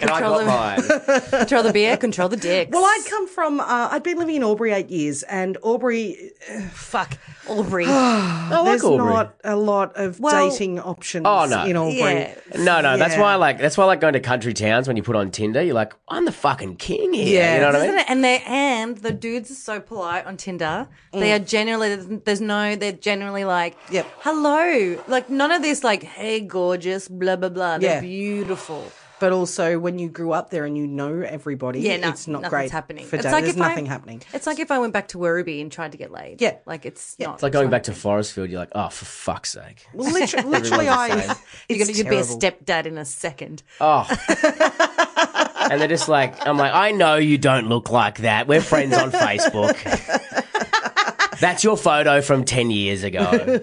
Speaker 1: And I
Speaker 2: Control
Speaker 1: got mine.
Speaker 2: control the beer, control the dicks.
Speaker 3: Well, I'd come from, uh, I'd been living in Albury eight years, and Albury, uh,
Speaker 2: fuck Aubrey.
Speaker 1: I like
Speaker 3: there's
Speaker 1: Albury.
Speaker 3: not a lot of
Speaker 2: Well-
Speaker 3: dating options
Speaker 1: Oh, no.
Speaker 3: in Albury.
Speaker 2: yeah.
Speaker 1: No, no, that's
Speaker 3: Yeah.
Speaker 1: why I like that's why I like going to country towns when you put on Tinder, you're like, I'm the fucking king here.
Speaker 3: Yeah.
Speaker 1: You know what I mean?
Speaker 2: Isn't it? And they and the dudes are so polite on Tinder. They are generally there's no they're generally like
Speaker 3: Mm. Yep.
Speaker 2: hello like none of this like hey gorgeous blah blah blah they're
Speaker 3: Yeah.
Speaker 2: beautiful
Speaker 3: But also, when you grew up there and you know everybody,
Speaker 2: yeah no,
Speaker 3: it's not
Speaker 2: nothing's
Speaker 3: great
Speaker 2: happening
Speaker 3: for
Speaker 2: It's
Speaker 3: dating.
Speaker 2: like
Speaker 3: There's
Speaker 2: if I-
Speaker 3: nothing happening.
Speaker 2: it's like if I went back to Werribee and tried to get laid
Speaker 3: Yeah.
Speaker 2: like it's not
Speaker 1: It's like going back to Forestfield, you're like, oh, for fuck's sake.
Speaker 3: Well, literally, literally I,
Speaker 1: same.
Speaker 2: you're
Speaker 3: it's
Speaker 2: gonna you'd be a
Speaker 3: terrible.
Speaker 2: stepdad in a second
Speaker 1: Oh. and they're just like, I'm like, I know you don't look like that. We're friends on Facebook. That's your photo from 10 years ago.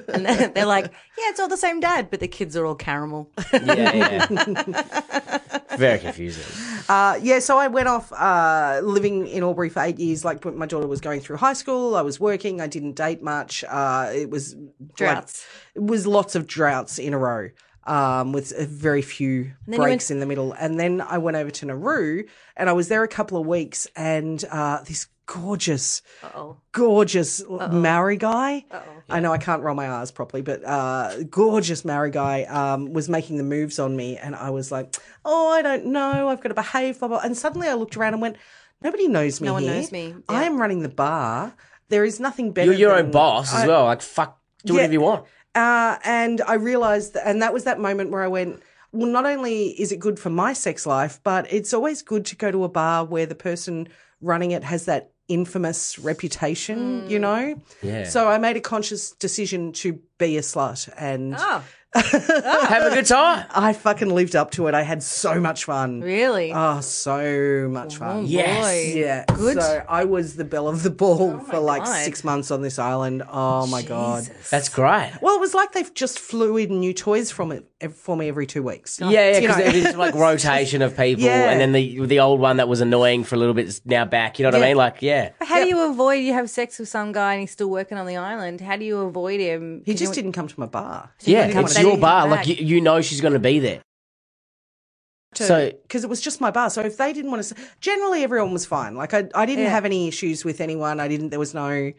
Speaker 2: and then they're like yeah it's all the same dad but the kids are all caramel
Speaker 1: Yeah, yeah. Very confusing.
Speaker 3: Uh, yeah, so I went off uh, living in Albury for eight years. Like when my daughter was going through high school, I was working. I didn't date much. Uh, it was like-
Speaker 2: Droughts.
Speaker 3: it was lots of droughts in a row, um, with uh, very few
Speaker 2: you
Speaker 3: breaks in the middle. And then I went over to Nauru, and I was there a couple of weeks. And uh, this gorgeous,
Speaker 2: oh
Speaker 3: gorgeous Maori guy. I know I can't roll my R's properly, but uh, gorgeous Maori guy um, was making the moves on me, and I was like, "Oh, I don't know. I've got to behave." Blah blah. And suddenly I looked around and went, "Nobody knows me.
Speaker 2: No one
Speaker 3: here.
Speaker 2: knows me.
Speaker 3: I am running the bar. There is nothing better.
Speaker 1: You're your own
Speaker 3: than-
Speaker 1: boss as
Speaker 3: I-
Speaker 1: well. Like, fuck, do whatever you want.
Speaker 3: uh, and I realized, that, and that was that moment where I went, well, not only is it good for my sex life, but it's always good to go to a bar where the person running it has that infamous reputation,
Speaker 2: Mm.
Speaker 3: you know?
Speaker 1: Yeah.
Speaker 3: So I made a conscious decision to be a slut and
Speaker 2: oh
Speaker 1: Have a good time.
Speaker 3: I fucking lived up to it. I had so much fun.
Speaker 2: really
Speaker 3: Oh, so much fun.
Speaker 1: Yes.
Speaker 2: boy.
Speaker 3: Yeah. Good. So I was the belle of the ball for like
Speaker 2: Oh God.
Speaker 3: six months on this island. Oh my God.
Speaker 1: That's great.
Speaker 3: Well, it was like they've just flew in new toys from it ev- for me every two weeks.
Speaker 1: Yeah, yeah,
Speaker 3: You
Speaker 1: because
Speaker 3: know.
Speaker 1: it is like rotation of people,
Speaker 3: Yeah.
Speaker 1: and then the the old one that was annoying for a little bit is now back. You know what I
Speaker 3: Yeah.
Speaker 1: mean? Like, yeah,
Speaker 2: But how do you avoid you have sex with some guy and he's still working on the island? How do you avoid him?
Speaker 3: He
Speaker 2: Can
Speaker 3: just
Speaker 2: you-
Speaker 3: didn't come to my bar.
Speaker 1: yeah,
Speaker 2: didn't
Speaker 1: it's
Speaker 2: come
Speaker 1: your
Speaker 2: back.
Speaker 1: bar. Like,
Speaker 2: Back.
Speaker 1: you, you know she's going to be there. So
Speaker 3: because it was just my bar. So if they didn't want to, generally everyone was fine. Like I, I didn't have any issues with anyone. I didn't. There was no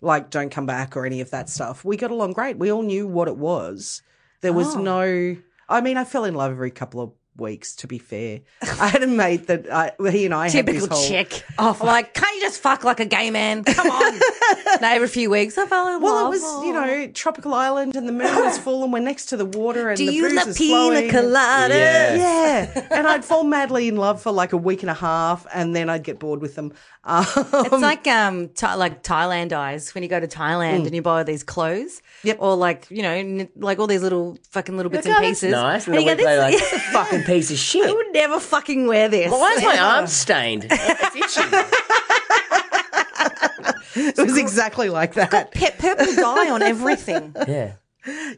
Speaker 3: like don't come back or any of that stuff. We got along great. We all knew what it was. There
Speaker 1: Oh.
Speaker 3: was no. I mean, I fell in love every couple of weeks. To be fair, I had a mate that I, he and I
Speaker 2: typical
Speaker 3: had this whole,
Speaker 2: chick. Oh, like, can't you just fuck like a gay man? Come on. no, every few weeks I fell in
Speaker 3: Well, it
Speaker 2: love. Oh.
Speaker 3: was you know tropical island and the moon was full and we're next to the water and
Speaker 2: do
Speaker 3: the
Speaker 2: you
Speaker 3: booze
Speaker 2: love
Speaker 3: is
Speaker 2: pina
Speaker 3: flowing.
Speaker 2: colada?
Speaker 1: Yeah.
Speaker 3: Yeah, and I'd fall madly in love for like a week and a half, and then I'd get bored with them. Um,
Speaker 2: It's like um Tha- like Thailand eyes when you go to Thailand and you buy these clothes,
Speaker 3: Mm. Yep.
Speaker 2: or like you know n- like all these little fucking little bits
Speaker 1: Like, oh,
Speaker 2: and
Speaker 1: that's
Speaker 2: pieces.
Speaker 1: nice. And
Speaker 2: and
Speaker 1: then
Speaker 2: you go,
Speaker 1: went play like
Speaker 2: this,
Speaker 1: "That's a fucking piece of
Speaker 2: I
Speaker 1: shit.
Speaker 2: would never fucking wear this.
Speaker 1: Why is my arm stained? It's itchy.
Speaker 3: it was exactly like that.
Speaker 2: Pe- purple dye on everything.
Speaker 1: Yeah.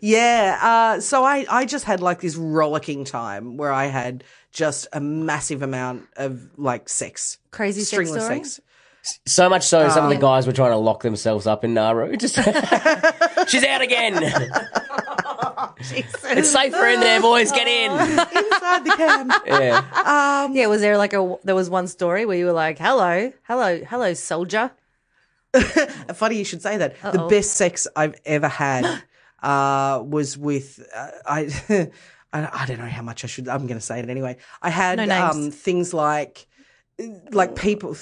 Speaker 3: Yeah. Uh, so I, I just had like this rollicking time where I had just a massive amount of like sex,
Speaker 2: Crazy sex
Speaker 3: stringless
Speaker 2: story?
Speaker 3: sex.
Speaker 1: So much so, some of the guys were trying to lock themselves up in Nauru. Just she's out again. It's safer in there, boys. Get in.
Speaker 3: Inside the camp.
Speaker 1: Yeah.
Speaker 2: Yeah, was there like a there was one story where you were like, "Hello, hello, hello, soldier."
Speaker 3: Uh, Funny you should say that. The best sex I've ever had uh, was with uh, I, I. I don't know how much I should. I'm going to say it anyway. I had
Speaker 2: No names.
Speaker 3: um, things like like people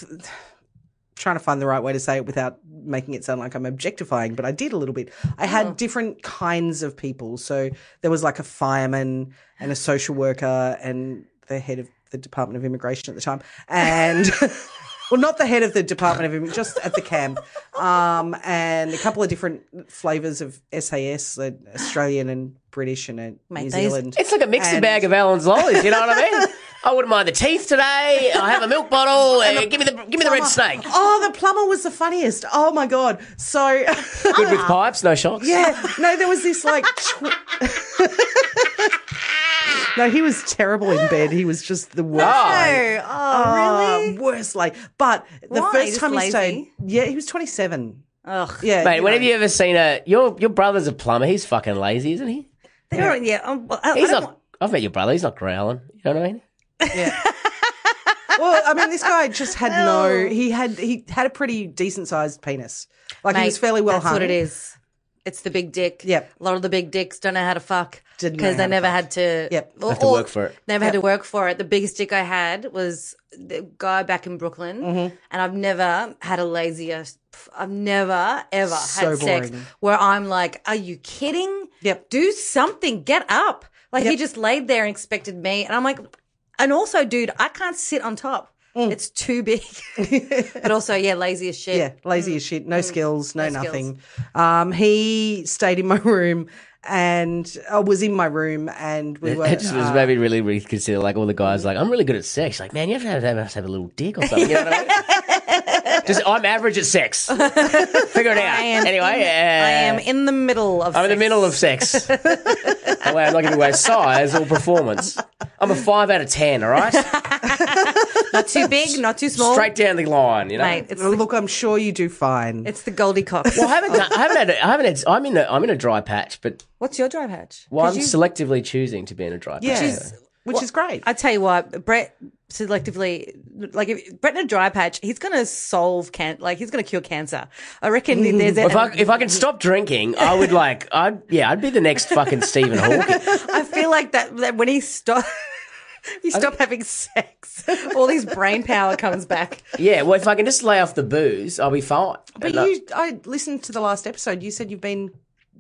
Speaker 3: trying to find the right way to say it without making it sound like I'm objectifying, but I did a little bit. I
Speaker 1: Oh.
Speaker 3: had different kinds of people. So there was like a fireman and a social worker and the head of the Department of Immigration at the time. And well, not the head of the Department of Immigration, just at the camp. Um, and a couple of different flavors of SAS, like Australian and British and uh, New
Speaker 2: those-
Speaker 3: Zealand.
Speaker 1: It's like a mixed
Speaker 3: And-
Speaker 1: bag of Alan's lollies. You know what I mean? I wouldn't mind the teeth today. I have a milk bottle. Uh, give me the give me the red snake.
Speaker 3: Oh, the plumber was the funniest. Oh my God. So.
Speaker 1: Good with pipes, no shocks.
Speaker 3: Yeah. No, there was this like. tw- no, he was terrible in bed. He was just the worst. like,
Speaker 2: Oh, oh,
Speaker 3: uh,
Speaker 2: really?
Speaker 3: worst like. But the
Speaker 2: Why?
Speaker 3: first
Speaker 2: Just
Speaker 3: time he
Speaker 2: lazy?
Speaker 3: stayed, yeah, he was twenty seven.
Speaker 2: Ugh.
Speaker 3: Yeah,
Speaker 1: Mate, when
Speaker 3: know.
Speaker 1: have you ever seen a your your brother's a plumber? He's fucking lazy, isn't he?
Speaker 2: They're- yeah. um, well, I- I
Speaker 1: He's
Speaker 2: don't
Speaker 1: not. I've met your brother. He's not growling. You know what I mean?
Speaker 3: Well, I mean, this guy just had no. He had he had a pretty decent sized penis. Like he was
Speaker 2: Mate,
Speaker 3: fairly well
Speaker 2: That's
Speaker 3: hung.
Speaker 2: what it is. It's the big dick.
Speaker 3: Yep.
Speaker 2: A lot of the big dicks don't know how to fuck
Speaker 3: Didn't know
Speaker 2: because
Speaker 3: how
Speaker 2: they
Speaker 3: to
Speaker 2: never
Speaker 3: fuck.
Speaker 2: had to.
Speaker 3: Yep.
Speaker 2: or-
Speaker 1: Have to
Speaker 2: or
Speaker 1: work for it.
Speaker 2: Never had to work for it. The biggest dick I had was the guy back in Brooklyn,
Speaker 3: Mm-hmm.
Speaker 2: and I've never had a lazier. I've never ever
Speaker 3: So
Speaker 2: had sex
Speaker 3: boring.
Speaker 2: where I'm like, "Are you kidding?
Speaker 3: Yep.
Speaker 2: Do something. Get up." Like he just laid there and expected me, and I'm like, and also, dude, I can't sit on top. It's too big. but also, yeah, lazy as shit.
Speaker 3: Mm. Yeah, lazy as shit, no skills, no,
Speaker 2: Mm. No skills.
Speaker 3: nothing. Um, he stayed in my room and uh, was in my room, and we were
Speaker 1: It just was
Speaker 3: uh,
Speaker 1: maybe really reconsider. Like all the guys, like I'm really good at sex. Like man, you have to have, have, have a little dick or something. You know what I mean? just I'm average at sex. Figure it out.
Speaker 2: I am
Speaker 1: anyway,
Speaker 2: in, I am in the middle of.
Speaker 1: I'm in the middle of sex. That way I'm not giving away size or performance. I'm a five out of ten. All right,
Speaker 2: Not too big, not too small.
Speaker 1: straight down the line. You know.
Speaker 2: mate. It's the,
Speaker 3: Look, I'm sure you do fine.
Speaker 2: it's the Goldie Cox.
Speaker 1: Well, I haven't. Done, I haven't had. I haven't had. I'm in. A, I'm in a dry patch, but
Speaker 2: What's your drive hatch?
Speaker 1: well, I'm
Speaker 2: you,
Speaker 1: selectively choosing to be in a dry patch.
Speaker 3: Yeah.
Speaker 2: She's-
Speaker 3: which is great.
Speaker 2: I tell you what, Brett selectively, like if Brett in a dry patch, he's gonna solve can like he's gonna cure cancer. I reckon there's. A,
Speaker 1: Mm, If I, if I can stop drinking, I would like, I'd yeah, I'd be the next fucking Stephen Hawking.
Speaker 2: I feel like that, that when he stop, you stop having sex, all his brain power comes back.
Speaker 1: Yeah, well, if I can just lay off the booze, I'll be fine.
Speaker 3: but
Speaker 1: And uh, I-
Speaker 3: you, I listened to the last episode. You said you've been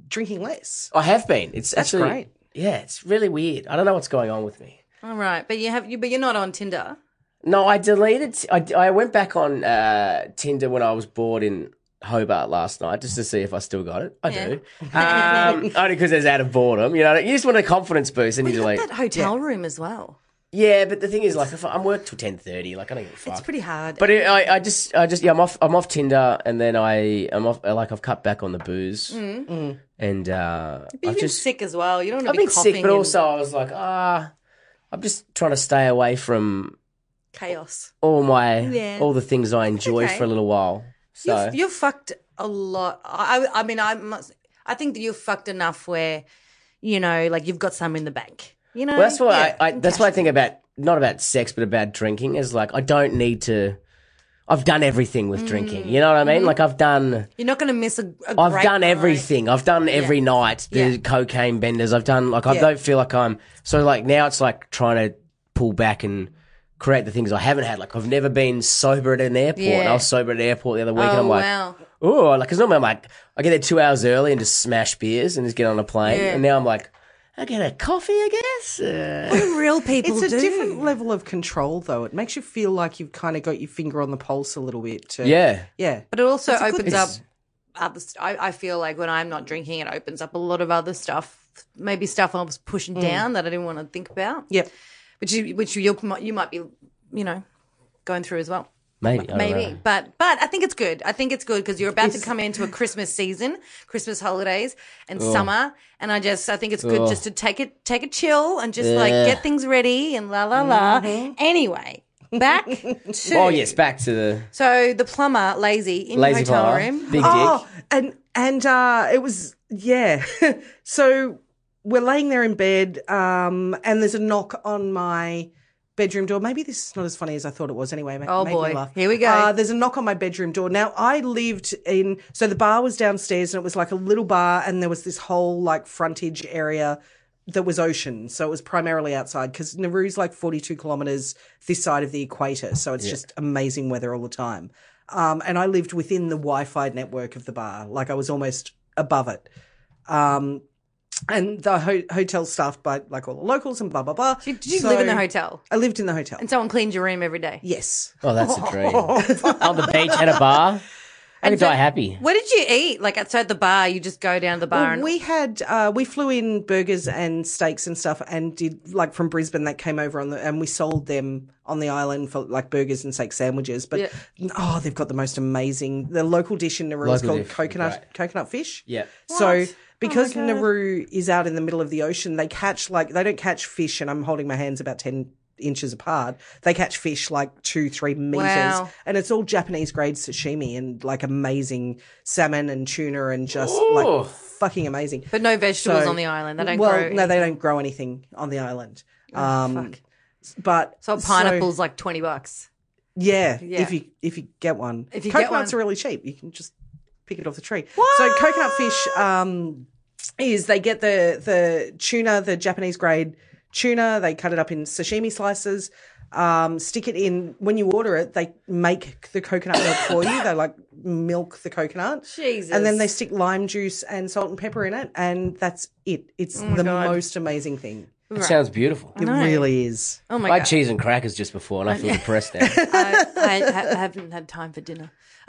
Speaker 3: drinking less.
Speaker 1: I have been. It's actually
Speaker 3: great.
Speaker 1: Yeah, it's really weird. I don't know what's going on with me.
Speaker 2: All right, but you have you, but you're not on Tinder.
Speaker 1: No, I deleted. I, I went back on uh, Tinder when I was bored in Hobart last night just to see if I still got it. I do. Um, only because it's out of boredom. You know, you just want a confidence boost and you delete.
Speaker 2: That hotel room as well.
Speaker 1: Yeah, but the thing is, like, if I, I'm work till ten thirty, like I don't give a fuck.
Speaker 2: It's pretty hard.
Speaker 1: But it, I, I just, I just, yeah, I'm off, I'm off Tinder, and then I, I'm off, like, I've cut back on the booze, and uh,
Speaker 2: But
Speaker 1: I've
Speaker 2: you've been
Speaker 1: just,
Speaker 2: sick as well. You don't want to
Speaker 1: I've
Speaker 2: be
Speaker 1: been
Speaker 2: coughing
Speaker 1: sick, but
Speaker 2: and
Speaker 1: also I was like, ah, I'm just trying to stay away from
Speaker 2: chaos.
Speaker 1: all my,
Speaker 2: Yeah.
Speaker 1: all the things I enjoy
Speaker 2: okay.
Speaker 1: for a little while. So
Speaker 2: You've, you've fucked a lot. I, I I mean, I must. I think that you've fucked enough where, you know, like you've got some in the bank. You know,
Speaker 1: well, that's what
Speaker 2: Yeah.
Speaker 1: I, I, that's what I think about, not about sex, but about drinking is like I don't need to. I've done everything with
Speaker 2: Mm.
Speaker 1: drinking. You know what I
Speaker 2: Mm-hmm.
Speaker 1: mean? Like I've done.
Speaker 2: You're not going to miss a. a
Speaker 1: I've
Speaker 2: great
Speaker 1: done
Speaker 2: night.
Speaker 1: everything. I've done every night the
Speaker 2: Yeah.
Speaker 1: cocaine benders. I've done like I don't feel like I'm so like now it's like trying to pull back and create the things I haven't had. Like I've never been sober at an airport.
Speaker 2: Yeah.
Speaker 1: I was sober at an airport the other week, and
Speaker 2: Oh,
Speaker 1: I'm like,
Speaker 2: wow.
Speaker 1: oh, like because normally I'm like I get there two hours early and just smash beers and just get on a plane, and now I'm like. I get a coffee, I guess. Uh,
Speaker 2: Real people
Speaker 3: It's
Speaker 2: do.
Speaker 3: a different level of control, though. It makes you feel like you've kind of got your finger on the pulse a little bit. To,
Speaker 1: yeah,
Speaker 3: yeah.
Speaker 2: but it also
Speaker 3: a good
Speaker 2: opens
Speaker 3: thing.
Speaker 2: up other. St- I, I feel like when I'm not drinking, it opens up a lot of other stuff. Maybe stuff I was pushing down that I didn't want to think about.
Speaker 3: Yep.
Speaker 2: Which you, which you you might be, you know, going through as well.
Speaker 1: Maybe. I don't
Speaker 2: Maybe,
Speaker 1: know.
Speaker 2: but but I think it's good. I think it's good because you're about to come into a Christmas season, Christmas holidays, and summer. And I just I think it's good
Speaker 1: Ugh.
Speaker 2: just to take it take a chill and just like
Speaker 1: Yeah.
Speaker 2: get things ready and la la la. Anyway, back to
Speaker 1: Oh yes, back to the
Speaker 2: So the plumber, lazy in
Speaker 1: lazy
Speaker 2: the hotel
Speaker 1: plumber.
Speaker 2: room.
Speaker 1: Big
Speaker 3: Oh,
Speaker 1: dick.
Speaker 3: and and uh, it was yeah. so we're laying there in bed, um, and there's a knock on my bedroom door. Maybe this is not as funny as I thought it was. Anyway, Ma-
Speaker 2: Oh,
Speaker 3: made
Speaker 2: boy.
Speaker 3: me laugh.
Speaker 2: Here we go.
Speaker 3: Uh, there's a knock on my bedroom door. Now I lived in so the bar was downstairs, and it was like a little bar, and there was this whole like frontage area. That was ocean, so it was primarily outside because Nauru's like 42 kilometers this side of the equator, so it's just amazing weather all the time um, and I lived within the Wi-Fi network of the bar. Like I was almost above it. Um, and the ho- hotel staffed by like all the locals and blah blah blah.
Speaker 2: Did you
Speaker 3: So-
Speaker 2: live in the hotel?
Speaker 3: I lived in the hotel.
Speaker 2: And someone cleaned your room every day.
Speaker 3: yes.
Speaker 1: Oh, that's a dream. On the beach at a bar. I could die happy.
Speaker 2: What did you eat? Like outside the bar, you just go down to the bar
Speaker 3: Well,
Speaker 2: and
Speaker 3: we had uh, we flew in burgers and steaks and stuff, and did like from Brisbane that came over on the and we sold them on the island for like burgers and steak sandwiches. But oh, they've got the most amazing the local dish in Nauru is
Speaker 1: Local
Speaker 3: called
Speaker 1: dish,
Speaker 3: coconut
Speaker 1: right.
Speaker 3: coconut fish.
Speaker 1: Yeah.
Speaker 3: So because Nauru is out in the middle of the ocean, they catch like they don't catch fish, and I'm holding my hands about ten inches apart. They catch fish like two, three meters,
Speaker 2: Wow.
Speaker 3: and it's all Japanese grade sashimi and like amazing salmon and tuna and just like fucking amazing.
Speaker 2: but no vegetables
Speaker 3: So-
Speaker 2: on the island. They don't
Speaker 3: well,
Speaker 2: grow. Oh,
Speaker 3: no, they don't grow anything on the island. um, but
Speaker 2: so a pineapple's like twenty bucks.
Speaker 3: yeah,
Speaker 2: Yeah.
Speaker 3: if you if you get one,
Speaker 2: If you get
Speaker 3: coconuts
Speaker 2: one.
Speaker 3: are really cheap. You can just pick it off the tree. So coconut fish um, is they get the the tuna, the Japanese grade tuna. They cut it up in sashimi slices. Um, stick it in when you order it. They make the coconut milk for you. They like milk the coconut,
Speaker 2: Jesus.
Speaker 3: and then they stick lime juice and salt and pepper in it, and that's it. It's
Speaker 2: Oh
Speaker 3: the most amazing thing.
Speaker 1: It sounds beautiful.
Speaker 3: It really is.
Speaker 2: Oh my
Speaker 1: I had
Speaker 2: god!
Speaker 1: cheese and crackers just before, and I feel depressed now.
Speaker 2: I, I, ha- haven't had time for dinner.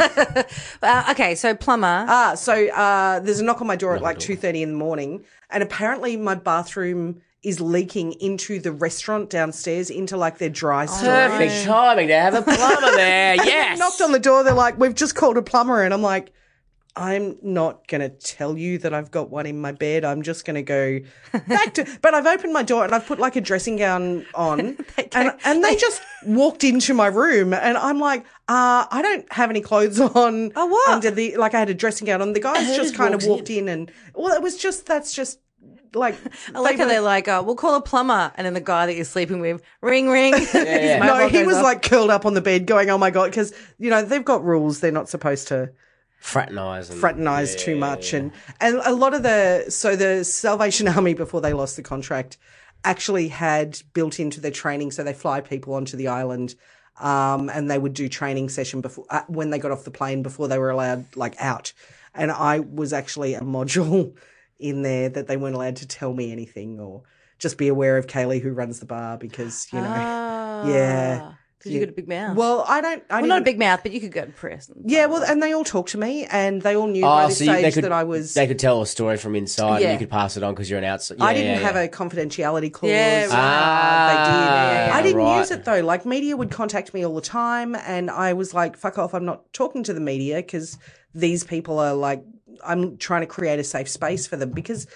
Speaker 2: uh, okay, so plumber.
Speaker 3: Ah, so uh, there's a knock on my door at like two thirty in the morning, and apparently my bathroom is leaking into the restaurant downstairs, into like their dry storage.
Speaker 1: Perfect timing to have a plumber there. Yes.
Speaker 3: Knocked on the door, they're like, "We've just called a plumber," and I'm like, "I'm not gonna tell you that I've got one in my bed. I'm just gonna go back to." But I've opened my door and I've put like a dressing gown on, and, and they just walked into my room, and I'm like, uh, "I don't have any clothes on."
Speaker 2: Oh, what?
Speaker 3: Under the like, I had a dressing gown on. The guys just kind of walked in, and well, it was just that's just like
Speaker 2: I like how
Speaker 3: were-
Speaker 2: they're like, uh, we'll call a plumber, and then the guy that you're sleeping with, ring, ring.
Speaker 1: yeah.
Speaker 3: No, he was like curled up on the bed, going, "Oh my god!" Because you know they've got rules; they're not supposed to.
Speaker 1: Fraternise. and-
Speaker 3: fraternize too much and and a lot of the so the Salvation Army before they lost the contract actually had built into their training so they fly people onto the island um, and they would do training session before uh, when they got off the plane before they were allowed like out and I was actually a module in there that they weren't allowed to tell me anything or just be aware of Kaylee who runs the bar because you know yeah
Speaker 2: Because Ah. you got a big mouth. Well,
Speaker 3: well I don't I
Speaker 2: not a
Speaker 3: didn't-
Speaker 2: big mouth, but you could go to press. and-
Speaker 3: yeah, well, and they all talked to me, and they all knew by
Speaker 1: Oh,
Speaker 3: this
Speaker 1: so you, they
Speaker 3: stage
Speaker 1: could,
Speaker 3: that I was.
Speaker 1: They could tell a story from inside, and
Speaker 2: Yeah.
Speaker 1: you could pass it on because you're an outside.
Speaker 3: I
Speaker 1: yeah,
Speaker 3: didn't
Speaker 1: yeah,
Speaker 3: have
Speaker 1: yeah.
Speaker 3: a confidentiality clause.
Speaker 2: Yeah, right.
Speaker 3: Uh, they did.
Speaker 1: Ah,
Speaker 3: I didn't
Speaker 1: right.
Speaker 3: use it though. Like media would contact me all the time, and I was like, "Fuck off! I'm not talking to the media because these people are like, I'm trying to create a safe space for them because."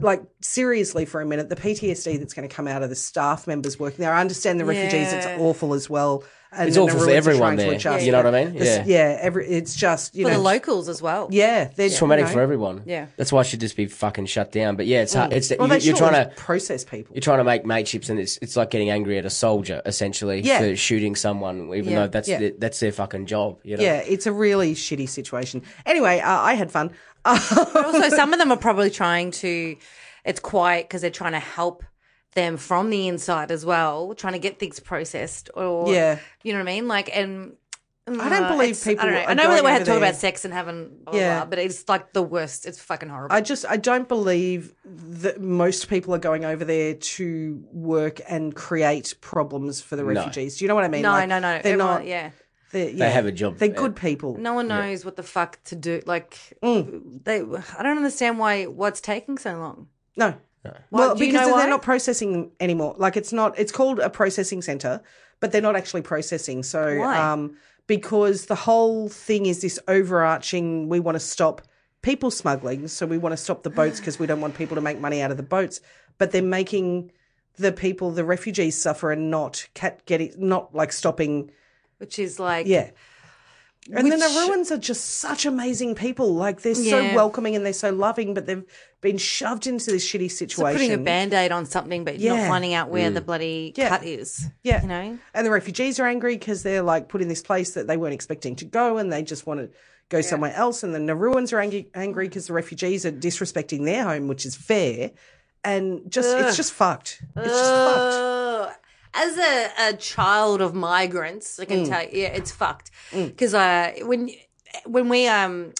Speaker 3: Like seriously, for a minute, the PTSD that's going to come out of the staff members working there. I understand the refugees; it's
Speaker 2: Yeah.
Speaker 3: awful as well. And
Speaker 1: It's
Speaker 3: the
Speaker 1: awful for
Speaker 3: Nauruans are
Speaker 1: everyone
Speaker 3: trying to
Speaker 1: there.
Speaker 3: adjust,
Speaker 1: You know
Speaker 3: but
Speaker 1: what I mean?
Speaker 3: the-
Speaker 1: Yeah.
Speaker 3: yeah. Every it's just you
Speaker 2: For
Speaker 3: know
Speaker 2: the locals as well.
Speaker 3: yeah, they're
Speaker 1: It's traumatic
Speaker 3: you know. Mm.
Speaker 1: for everyone.
Speaker 2: Yeah.
Speaker 1: that's why it should just be fucking shut down. But yeah, it's hard. it's you,
Speaker 3: Well, they
Speaker 1: you're
Speaker 3: should
Speaker 1: trying
Speaker 3: always
Speaker 1: to
Speaker 3: process people.
Speaker 1: you're trying to make mateships, and it's it's like getting angry at a soldier essentially
Speaker 3: Yeah.
Speaker 1: for shooting someone, even
Speaker 2: Yeah.
Speaker 1: though that's
Speaker 3: Yeah.
Speaker 1: the- that's their fucking job. You know?
Speaker 3: Yeah, it's a really shitty situation. Anyway, uh, I had fun.
Speaker 2: But also, some of them are probably trying to, it's quiet because they're trying to help them from the inside as well, trying to get things processed or,
Speaker 3: Yeah.
Speaker 2: you know what I mean? Like, and
Speaker 3: I don't
Speaker 2: uh,
Speaker 3: believe
Speaker 2: it's- I,
Speaker 3: people
Speaker 2: don't know.
Speaker 3: are
Speaker 2: I know that
Speaker 3: going
Speaker 2: we had
Speaker 3: over
Speaker 2: to talk
Speaker 3: there.
Speaker 2: about sex and having, blah, blah,
Speaker 3: Yeah.
Speaker 2: blah, but it's like the worst. It's fucking horrible.
Speaker 3: I just I don't believe that most people are going over there to work and create problems for the refugees. Do you know what I mean?
Speaker 2: no,
Speaker 3: Like,
Speaker 2: no, no,
Speaker 3: They're
Speaker 2: Everyone-
Speaker 3: not.
Speaker 2: Yeah.
Speaker 3: They're, yeah,
Speaker 1: have a job.
Speaker 3: They're good people.
Speaker 2: No one knows what the fuck to do. Like,
Speaker 3: Mm.
Speaker 2: they, I don't understand why, what's taking so long.
Speaker 3: No.
Speaker 2: Why-
Speaker 3: Well,
Speaker 2: do you
Speaker 3: because
Speaker 2: know
Speaker 3: they're
Speaker 2: why?
Speaker 3: not processing them anymore. Like it's not. It's called a processing center, but but they're not actually processing. So
Speaker 2: Why?
Speaker 3: um because the whole thing is this overarching we want to stop people smuggling, so we want to stop the boats because we don't want people to make money out of the boats, but they're making the people, the refugees suffer and not cat getting not like stopping
Speaker 2: which is like
Speaker 3: yeah. And then the
Speaker 2: Which-
Speaker 3: Ruins are just such amazing people. Like they're
Speaker 2: Yeah.
Speaker 3: so welcoming and they're so loving, but they've been shoved into this shitty
Speaker 2: It's
Speaker 3: situation.
Speaker 2: putting a band aid on something, but you're not
Speaker 3: Yeah. Mm.
Speaker 2: finding out where the bloody
Speaker 3: Yeah.
Speaker 2: cut is.
Speaker 3: Yeah.
Speaker 2: You know?
Speaker 3: And the refugees are angry because they're like put in this place that they weren't expecting to go and they just want to go somewhere else. And then the Ruins are angry angry because the refugees are disrespecting their home, which is fair. And just it's just fucked. It's just fucked.
Speaker 2: Oh, as a, a child of migrants, I can tell you, yeah, it's fucked. Because uh, when when we um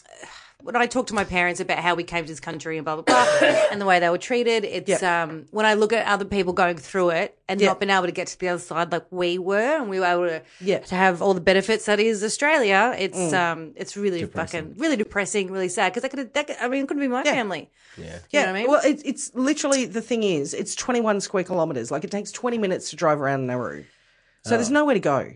Speaker 2: when I talk to my parents about how we came to this country and blah blah blah and the way they were treated, it's um when I look at other people going through it and
Speaker 3: Yeah.
Speaker 2: not being able to get to the other side like we were and we were able to
Speaker 3: Yeah.
Speaker 2: to have all the benefits that is Australia, it's um it's really fucking really depressing, really sad because that could that could, I mean it could be my family. Yeah. You know what I mean?
Speaker 3: Well, it, it's literally the thing is, it's 21 square kilometers. Like it takes 20 minutes to drive around Nauru. So
Speaker 1: Oh.
Speaker 3: there's nowhere to go.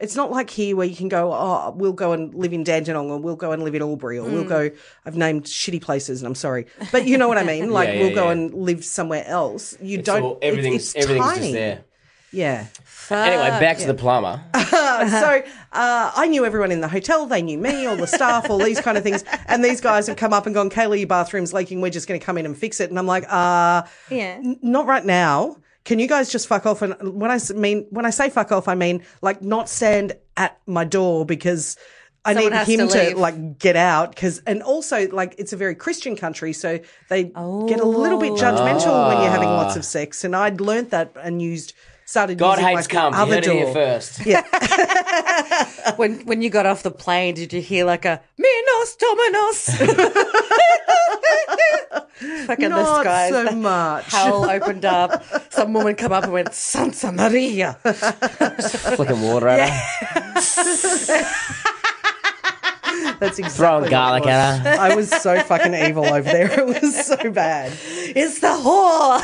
Speaker 3: It's not like here where you can go, oh, we'll go and live in Dandenong or we'll go and live in Albury or we'll
Speaker 1: Mm.
Speaker 3: go, I've named shitty places and I'm sorry. But you know what I mean? Like
Speaker 1: yeah,
Speaker 3: we'll go
Speaker 1: yeah.
Speaker 3: and live somewhere else. You
Speaker 1: It's
Speaker 3: don't.
Speaker 1: all-
Speaker 3: it-
Speaker 1: everything's
Speaker 3: it's
Speaker 1: everything's
Speaker 3: tiny. Uh,
Speaker 1: just there.
Speaker 3: Yeah.
Speaker 1: Anyway, back to the plumber.
Speaker 3: so uh, I knew everyone in the hotel. They knew me, all the staff, all these kind of things. And these guys have come up and gone, Kaylee, your bathroom's leaking. We're just going to come in and fix it. And I'm like, uh,
Speaker 2: yeah.
Speaker 3: n- not right now. Can you guys just fuck off? And when I s- mean when I say fuck off, I mean like not stand at my door because I
Speaker 2: Someone has
Speaker 3: need him
Speaker 2: to
Speaker 3: to,
Speaker 2: leave.
Speaker 3: like get out. Because and also like it's a very Christian country, so they get a little bit judgmental when you're having lots of sex. And I'd learnt that and used started.
Speaker 1: Ah. God
Speaker 3: using,
Speaker 1: hates
Speaker 3: like, the
Speaker 1: cum. You
Speaker 3: Other
Speaker 1: heard it
Speaker 3: door.
Speaker 1: here first.
Speaker 2: When when you got off the plane, did you hear like a Minos Dominos? Fucking the
Speaker 3: Not
Speaker 2: skies.
Speaker 3: so
Speaker 2: the
Speaker 3: much.
Speaker 2: Hell opened up. Some woman come up and went, Santa Maria.
Speaker 1: Flicking water at her.
Speaker 3: That's exactly
Speaker 1: Throwing
Speaker 3: what it
Speaker 1: garlic
Speaker 3: was.
Speaker 1: at her.
Speaker 3: I was so fucking evil over there. It was so bad.
Speaker 2: It's the whore.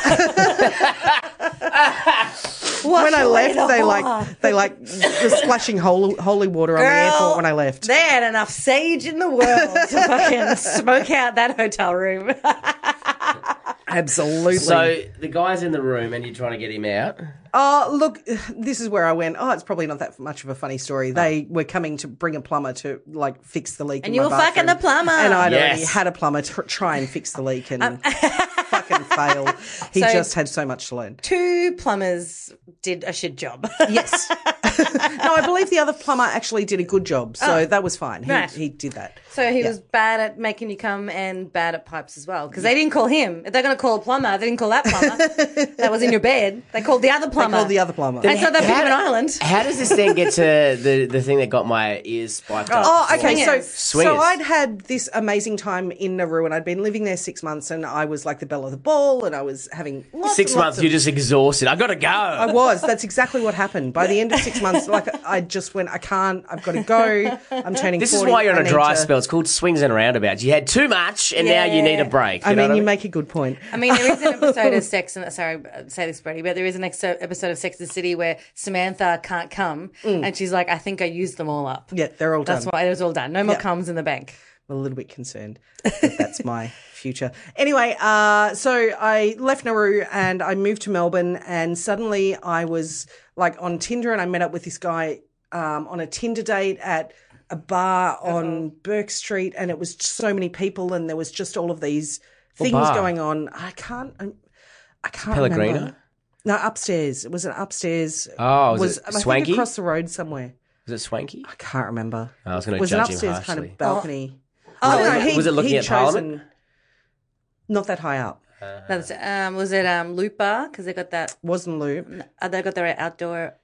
Speaker 2: Wash
Speaker 3: When I
Speaker 2: away
Speaker 3: left,
Speaker 2: the
Speaker 3: they
Speaker 2: whore.
Speaker 3: like they like were splashing holy, holy water on the
Speaker 2: Girl,
Speaker 3: airport when I left.
Speaker 2: There ain't enough sage in the world to fucking smoke out that hotel room.
Speaker 3: Absolutely.
Speaker 1: So the guy's in the room and you're trying to get him out.
Speaker 3: Oh, look, this is where I went. Oh, it's probably not that much of a funny story. They were coming to bring a plumber to like fix the leak. And
Speaker 2: you were fucking the plumber. Uh,
Speaker 3: And I'd already
Speaker 1: Yes.
Speaker 3: had a plumber tr- try and fix the leak and fucking fail. He
Speaker 2: So-
Speaker 3: just had so much to learn.
Speaker 2: Two plumbers did a shit job.
Speaker 3: Yes. no, I believe the other plumber actually did a good job. So that was fine. He,
Speaker 2: Oh. Right.
Speaker 3: he did that.
Speaker 2: So he was bad at making you come and bad at pipes as well because they didn't call him. If they're going to call a plumber, they didn't call that plumber that was in your bed. They called the other plumber.
Speaker 3: Called the other plumber.
Speaker 2: And so they put him on an island.
Speaker 1: How does this thing get to the, the thing that got my ears spiked up?
Speaker 3: Oh, okay.
Speaker 2: Swingers.
Speaker 3: So,
Speaker 1: Swingers.
Speaker 3: so I'd had this amazing time in Nauru, and I'd been living there six months, and I was like the belle of the ball, and I was having lots
Speaker 1: Six
Speaker 3: and lots
Speaker 1: months,
Speaker 3: of-
Speaker 1: you're just exhausted. I gotta go.
Speaker 3: I was. That's exactly what happened. By the end of six months, like I just went, I can't. I've got to go. I'm turning.
Speaker 1: this is
Speaker 3: 40,
Speaker 1: why you're
Speaker 3: I
Speaker 1: on a
Speaker 3: need
Speaker 1: dry
Speaker 3: to-
Speaker 1: spell. It's called swings and roundabouts. You had too much, and now you need a break.
Speaker 3: I
Speaker 1: know
Speaker 3: mean,
Speaker 1: what
Speaker 3: you make a good point.
Speaker 2: I mean, there is an episode of Sex and sorry, uh, say this, Brady, but there is an ex- episode of Sex and the City where Samantha can't come and she's like, I think I used them all up.
Speaker 3: Mm. Yeah, they're all
Speaker 2: That's
Speaker 3: done.
Speaker 2: why it was all done. No more comes in the bank.
Speaker 3: I'm a little bit concerned. But that's my future. Anyway, uh, so I left Nauru and I moved to Melbourne, and suddenly I was like on Tinder, and I met up with this guy um, on a Tinder date at a bar
Speaker 1: Uh-huh.
Speaker 3: on Burke Street, and it was so many people, and there was just all of these things
Speaker 1: bar?
Speaker 3: going on. I can't. I'm, I can't.
Speaker 1: Pellegrino?
Speaker 3: Remember. No, upstairs. It was an upstairs.
Speaker 1: Oh, was it
Speaker 3: I think,
Speaker 1: Swanky?
Speaker 3: across the road somewhere.
Speaker 1: I mean? Is it swanky? Oh,
Speaker 3: I can't remember.
Speaker 1: I was gonna
Speaker 3: It was
Speaker 1: judge
Speaker 3: an
Speaker 1: him
Speaker 3: upstairs
Speaker 1: harshly.
Speaker 3: kind of balcony.
Speaker 2: Oh,
Speaker 3: no,
Speaker 1: was it- was it looking
Speaker 3: he'd
Speaker 1: at Parliament?
Speaker 3: Not that high up.
Speaker 2: That's, um, was it um, Loop Bar? Because they got that,
Speaker 3: Wasn't Lou?
Speaker 2: uh, they got their outdoor.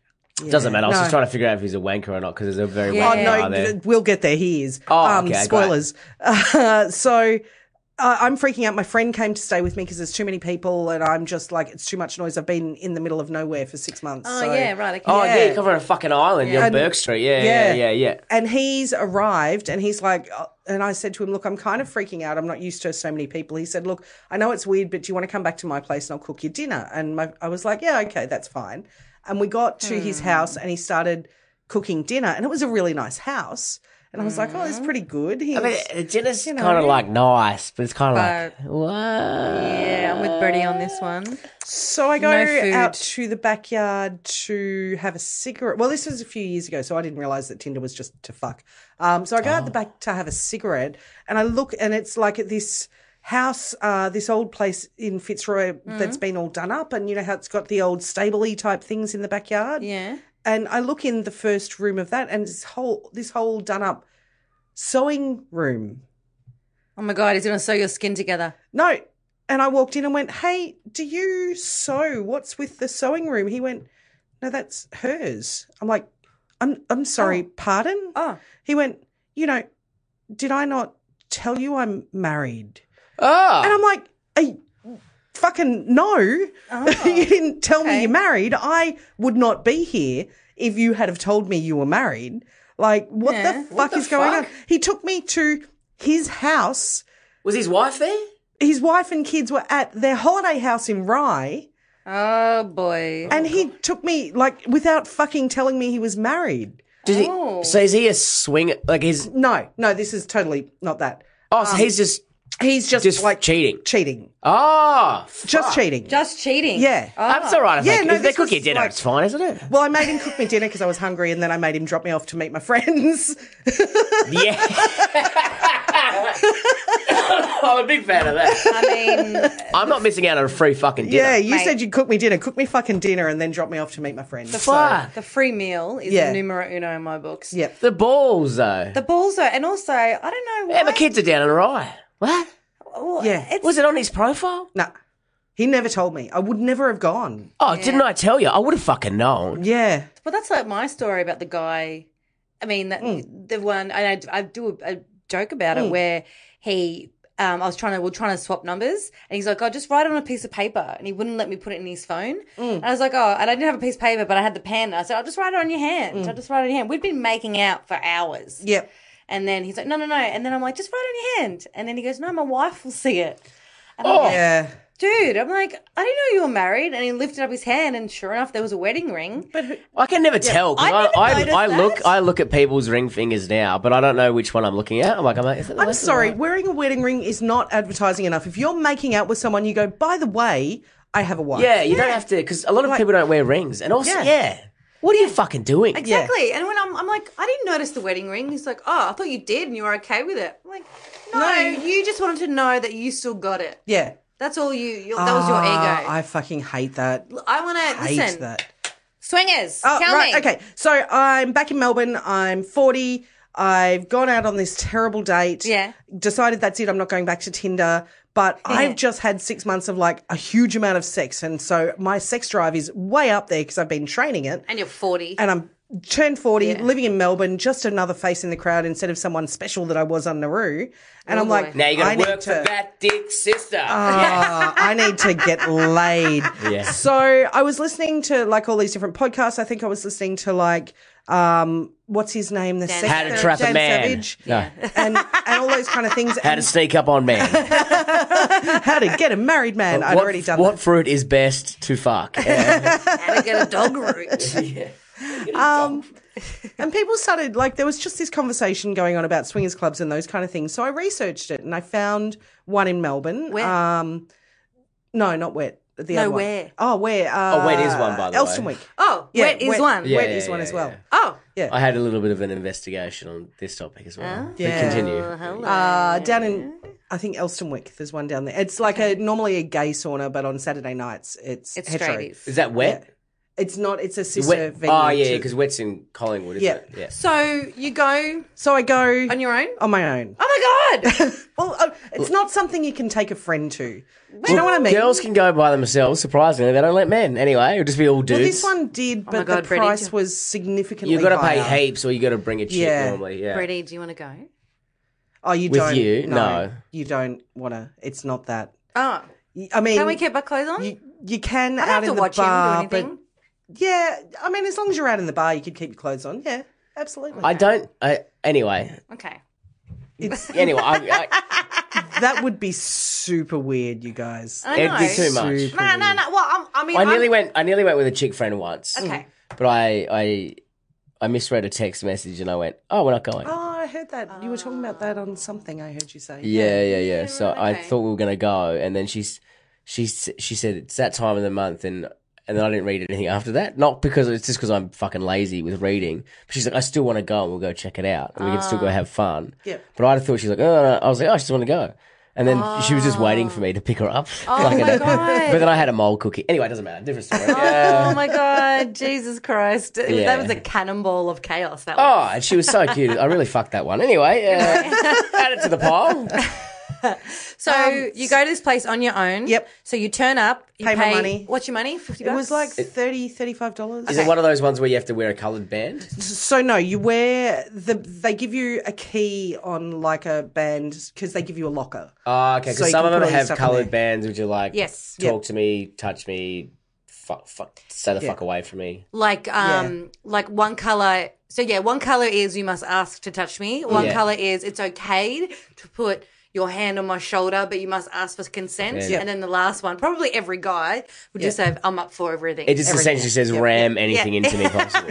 Speaker 1: Doesn't matter. I was
Speaker 3: No.
Speaker 1: just trying to figure out if he's a wanker or not because there's a very yeah.
Speaker 2: Yeah.
Speaker 3: Oh
Speaker 1: wanker
Speaker 3: no,
Speaker 1: bar Ah, there.
Speaker 3: th- we'll get there. He is.
Speaker 1: Oh,
Speaker 3: um,
Speaker 1: okay, great.
Speaker 3: spoilers. so uh, I'm freaking out. My friend came to stay with me because there's too many people, and I'm just like, it's too much noise. I've been in the middle of nowhere for six months.
Speaker 2: Oh,
Speaker 3: so-
Speaker 2: yeah, right. Okay.
Speaker 1: Oh yeah,
Speaker 3: Yeah.
Speaker 1: you're covering a fucking island. You're on
Speaker 3: And-
Speaker 1: Burke Street. Yeah, yeah, yeah, yeah.
Speaker 3: And he's arrived and he's like, uh, and I said to him, look, I'm kind of freaking out. I'm not used to so many people. He said, look, I know it's weird, but do you want to come back to my place and I'll cook you dinner? And my, I was like, yeah, okay, that's fine. And we got to his house and he started cooking dinner. And it was a really nice house. And I was like, oh, it's pretty good. He
Speaker 1: I mean,
Speaker 3: was-
Speaker 1: uh, dinner's
Speaker 3: you know.
Speaker 1: kind of like nice, but it's kind of like what?
Speaker 2: Uh, Yeah, I'm with Bertie on this one.
Speaker 3: So I go
Speaker 2: No food.
Speaker 3: out to the backyard to have a cigarette. Well, this was a few years ago, so I didn't realize that Tinder was just to fuck. Um, so I go out
Speaker 2: Oh.
Speaker 3: the back to have a cigarette, and I look, and it's like at this house, uh, this old place in Fitzroy that's
Speaker 2: Mm.
Speaker 3: been all done up, and you know how it's got the old stabley type things in the backyard.
Speaker 2: Yeah.
Speaker 3: And I look in the first room of that, and this whole this whole done up sewing room.
Speaker 2: Oh my god, he's gonna sew your skin together.
Speaker 3: No. And I walked in and went, Hey, do you sew? What's with the sewing room? He went, No, that's hers. I'm like, I'm I'm sorry, pardon?
Speaker 2: Oh.
Speaker 3: He went, You know, did I not tell you I'm married?
Speaker 1: Oh,
Speaker 3: And I'm like, I fucking no. you didn't tell me you're married. I would not be here if you had have told me you were married. Like, what
Speaker 2: Yeah.
Speaker 3: the fuck is going on? He took me to his house
Speaker 1: was his wife there?
Speaker 3: his wife and kids were at their holiday house in Rye,
Speaker 2: Oh boy.
Speaker 3: and he took me like without fucking telling me he was married.
Speaker 1: Does he,
Speaker 2: Oh.
Speaker 1: So is he a swing? Like his?
Speaker 3: No, no, this is totally not that.
Speaker 1: Oh, so he's just
Speaker 3: He's just,
Speaker 1: just
Speaker 3: like
Speaker 1: like cheating.
Speaker 3: cheating,
Speaker 1: Oh,
Speaker 3: just cheating.
Speaker 2: Just cheating.
Speaker 3: Yeah.
Speaker 1: that's all right. If
Speaker 3: Yeah,
Speaker 1: they,
Speaker 3: no,
Speaker 1: if they
Speaker 3: this
Speaker 1: cook
Speaker 3: was
Speaker 1: your dinner,
Speaker 3: like-
Speaker 1: it's fine, isn't it?
Speaker 3: well, I made him cook me dinner because I was hungry, and then I made him drop me off to meet my friends.
Speaker 1: Yeah. I'm a big fan of that.
Speaker 2: I mean, uh,
Speaker 1: I'm not missing out on a free fucking dinner.
Speaker 3: yeah, you
Speaker 2: Mate.
Speaker 3: said you'd cook me dinner. Cook me fucking dinner, and then drop me off to meet my friends.
Speaker 1: Fuck.
Speaker 2: the free meal is
Speaker 3: Yeah.
Speaker 2: numero uno in my books.
Speaker 3: Yep.
Speaker 1: The balls, though.
Speaker 2: The balls though, and also I don't know why.
Speaker 1: yeah, my kids are down in Rye. What?
Speaker 2: Well,
Speaker 3: Yeah.
Speaker 2: It's,
Speaker 1: Was it on his profile?
Speaker 3: Nah, he never told me. I would never have gone.
Speaker 1: Oh, didn't I tell you? I would have fucking known.
Speaker 3: Yeah,
Speaker 2: Well, that's like my story about the guy. I mean, that, the one, and I, I do a, a joke about it where he, um, I was trying to, we are trying to swap numbers, and he's like, "Oh, just write it on a piece of paper," and he wouldn't let me put it in his phone. And I was like, "Oh," and I didn't have a piece of paper, but I had the pen. I said, "I'll just write it on your hand. I'll just write it on your hand." We'd been making out for hours.
Speaker 3: yep.
Speaker 2: And then he's like, "No, no, no," and then I'm like, "Just write it on your hand," and then he goes, "No, my wife will see it." And
Speaker 1: Oh.
Speaker 2: I'm like,
Speaker 3: Yeah,
Speaker 2: dude, I'm like, I didn't know you were married. And he lifted up his hand, and sure enough, there was a wedding ring. But
Speaker 1: I can never tell 'cause
Speaker 2: I never
Speaker 1: I,
Speaker 2: noticed
Speaker 1: I, I, look
Speaker 2: that.
Speaker 1: I look at people's ring fingers now, but I don't know which one I'm looking at. I'm like, I'm like, is it the
Speaker 3: I'm
Speaker 1: left or the
Speaker 3: sorry,
Speaker 1: right?
Speaker 3: wearing a wedding ring is not advertising enough. If you're making out with someone, you go, by the way, I have a wife.
Speaker 1: Yeah, you don't have to because a lot of people don't wear rings, and also, yeah,
Speaker 3: Yeah.
Speaker 1: what are you fucking doing?
Speaker 2: Exactly. And when I'm, I'm like, I didn't notice the wedding ring. He's like, oh, I thought you did and you were okay with it. I'm like, no, you just wanted to know that you still got it.
Speaker 3: Yeah.
Speaker 2: That's all you, you that was your
Speaker 3: Ah,
Speaker 2: ego. I,
Speaker 3: I fucking hate that.
Speaker 2: want to,
Speaker 3: Hate
Speaker 2: listen,
Speaker 3: that.
Speaker 2: swingers,
Speaker 3: Oh,
Speaker 2: tell
Speaker 3: right.
Speaker 2: me.
Speaker 3: Okay. So I'm back in Melbourne. I'm 40. I've gone out on this terrible date.
Speaker 2: Yeah.
Speaker 3: Decided that's it. I'm not going back to Tinder. But I've just had six months of like a huge amount of sex. And so my sex drive is way up there because I've been training it.
Speaker 2: And you're 40.
Speaker 3: and I'm turned 40, living in Melbourne, just another face in the crowd instead of someone special that I was on Nauru. And I'm
Speaker 2: boy.
Speaker 3: like,
Speaker 1: Oh, Now you gotta
Speaker 3: I need
Speaker 1: work for
Speaker 3: to-
Speaker 1: that dick, sister.
Speaker 3: Ah, I need to get laid.
Speaker 1: Yeah.
Speaker 3: So I was listening to like all these different podcasts. I think I was listening to like, um, what's his name? The sex
Speaker 1: How to trap a
Speaker 3: Dan
Speaker 1: man.
Speaker 3: Savage.
Speaker 1: No.
Speaker 3: And, and all those kind of things.
Speaker 1: How to sneak up on man.
Speaker 3: how to get a married man. I'd
Speaker 1: what,
Speaker 3: already done
Speaker 1: What fruit is best to fuck?
Speaker 2: How to get a dog root.
Speaker 3: Um, And people started like there was just this conversation going on about swingers clubs and those kind of things. So I researched it and I found one in Melbourne.
Speaker 2: Where?
Speaker 3: Um, no, not wet. The
Speaker 2: No,
Speaker 3: other one.
Speaker 2: where?
Speaker 3: Oh, where? Uh,
Speaker 1: Oh, where is one, by the way.
Speaker 3: Elstonwick.
Speaker 2: Oh,
Speaker 3: Yeah,
Speaker 2: wet is
Speaker 3: wet-
Speaker 2: one.
Speaker 1: Yeah,
Speaker 3: wet
Speaker 1: yeah,
Speaker 3: is one
Speaker 1: yeah,
Speaker 3: as well.
Speaker 2: Oh,
Speaker 1: I had a little bit of an investigation on this topic as well. But
Speaker 3: Ah. Yeah.
Speaker 1: continue.
Speaker 2: hello.
Speaker 3: Uh, down in I think Elstonwick. There's one down there. It's like a normally a gay sauna, but on Saturday nights it's
Speaker 2: it's
Speaker 3: hetero.
Speaker 2: straighties.
Speaker 1: Is that wet?
Speaker 3: It's not. It's a sister
Speaker 1: Wet.
Speaker 3: venue.
Speaker 1: Oh yeah,
Speaker 3: to-
Speaker 1: because wet's in Collingwood, isn't
Speaker 3: Yeah.
Speaker 1: it? Yeah.
Speaker 2: So you go
Speaker 3: so I go
Speaker 2: on your own?
Speaker 3: on my own.
Speaker 2: Oh my God.
Speaker 3: Well, uh, it's not something you can take a friend to. Do you know what I mean?
Speaker 1: Girls can go by themselves. Surprisingly, they don't let men. Anyway, it'll just be all dudes.
Speaker 3: Well, this one did, but
Speaker 2: Oh God,
Speaker 3: the
Speaker 2: Brittany,
Speaker 3: price
Speaker 2: do-
Speaker 3: was significantly.
Speaker 1: you got to pay
Speaker 3: higher.
Speaker 1: heaps, or you got to bring a chick
Speaker 3: Yeah.
Speaker 1: normally. Yeah.
Speaker 2: Brady, do you want to go?
Speaker 3: Oh, you
Speaker 1: With
Speaker 3: don't.
Speaker 1: you? No.
Speaker 3: you don't want to. It's not that.
Speaker 2: Oh,
Speaker 3: I mean,
Speaker 2: can we keep our clothes on?
Speaker 3: you, you can
Speaker 2: I
Speaker 3: out
Speaker 2: don't have
Speaker 3: in
Speaker 2: to
Speaker 3: the
Speaker 2: watch
Speaker 3: bar,
Speaker 2: him do anything.
Speaker 3: but yeah, I mean, as long as you're out in the bar, you could keep your clothes on. Yeah, absolutely.
Speaker 1: I don't. I, anyway,
Speaker 2: Okay.
Speaker 3: it's
Speaker 1: anyway, I, I,
Speaker 3: that would be super weird, you guys.
Speaker 2: I
Speaker 1: It'd
Speaker 2: know.
Speaker 1: be too much.
Speaker 3: Super
Speaker 2: No, no,
Speaker 3: weird.
Speaker 2: no. Well, I'm, I mean,
Speaker 1: I nearly
Speaker 2: I'm-
Speaker 1: went. I nearly went with a chick friend once.
Speaker 2: Okay.
Speaker 1: But I, I, I misread a text message and I went, "Oh, we're not going."
Speaker 3: Oh, I heard that. You were talking about that on something I heard you say.
Speaker 1: Yeah, yeah, yeah. So I
Speaker 2: okay.
Speaker 1: thought we were gonna go, and then she's, she, s- she said it's that time of the month, and and then I didn't read anything after that. Not because it's just because I'm fucking lazy with reading. But she's like, I still want to go, and we'll go check it out, and we can still
Speaker 2: Ah.
Speaker 1: go have fun.
Speaker 3: Yeah.
Speaker 1: But I thought she's like, oh, no, no." I was like, oh, I just want to go. And then she was just waiting for me to pick her up.
Speaker 2: Ah. Oh
Speaker 1: Like,
Speaker 2: my
Speaker 1: and-
Speaker 2: God.
Speaker 1: But then I had a mole cookie. Anyway, it doesn't matter. Different story. Yeah.
Speaker 2: Oh my god, Jesus Christ! It-
Speaker 1: Yeah.
Speaker 2: That was a cannonball of chaos. That was.
Speaker 1: Oh, and she was so cute. I really fucked that one. Anyway, uh, add it to the pile.
Speaker 2: So you go to this place on your own.
Speaker 3: um, Yep.
Speaker 2: So you turn up. You
Speaker 3: Pay
Speaker 2: pay
Speaker 3: my money.
Speaker 2: What's your money? Fifty.
Speaker 3: It was like
Speaker 2: bucks?
Speaker 3: 30 dollars.
Speaker 1: Is it one of those ones where you have to wear a coloured band?
Speaker 3: So no, you wear the. They give you a key on like a band because they give you a locker.
Speaker 1: Oh, okay.
Speaker 3: So
Speaker 1: Because
Speaker 3: you
Speaker 1: some
Speaker 3: can
Speaker 1: of
Speaker 3: put all
Speaker 1: them
Speaker 3: your
Speaker 1: have
Speaker 3: stuff in
Speaker 1: coloured
Speaker 3: there.
Speaker 1: bands, which are like,
Speaker 2: Yes.
Speaker 1: talk to me, touch me, fuck, fuck, stay the
Speaker 3: Yeah.
Speaker 1: fuck away from me.
Speaker 2: like um like one color so yeah one color is you must ask to touch me one
Speaker 1: Yeah.
Speaker 2: color is it's okay to put your hand on my shoulder but you must ask for consent
Speaker 1: Yeah.
Speaker 2: and then the last one probably every guy would just have i'm up for everything
Speaker 1: It just
Speaker 2: everything.
Speaker 1: essentially says ram anything into me possible.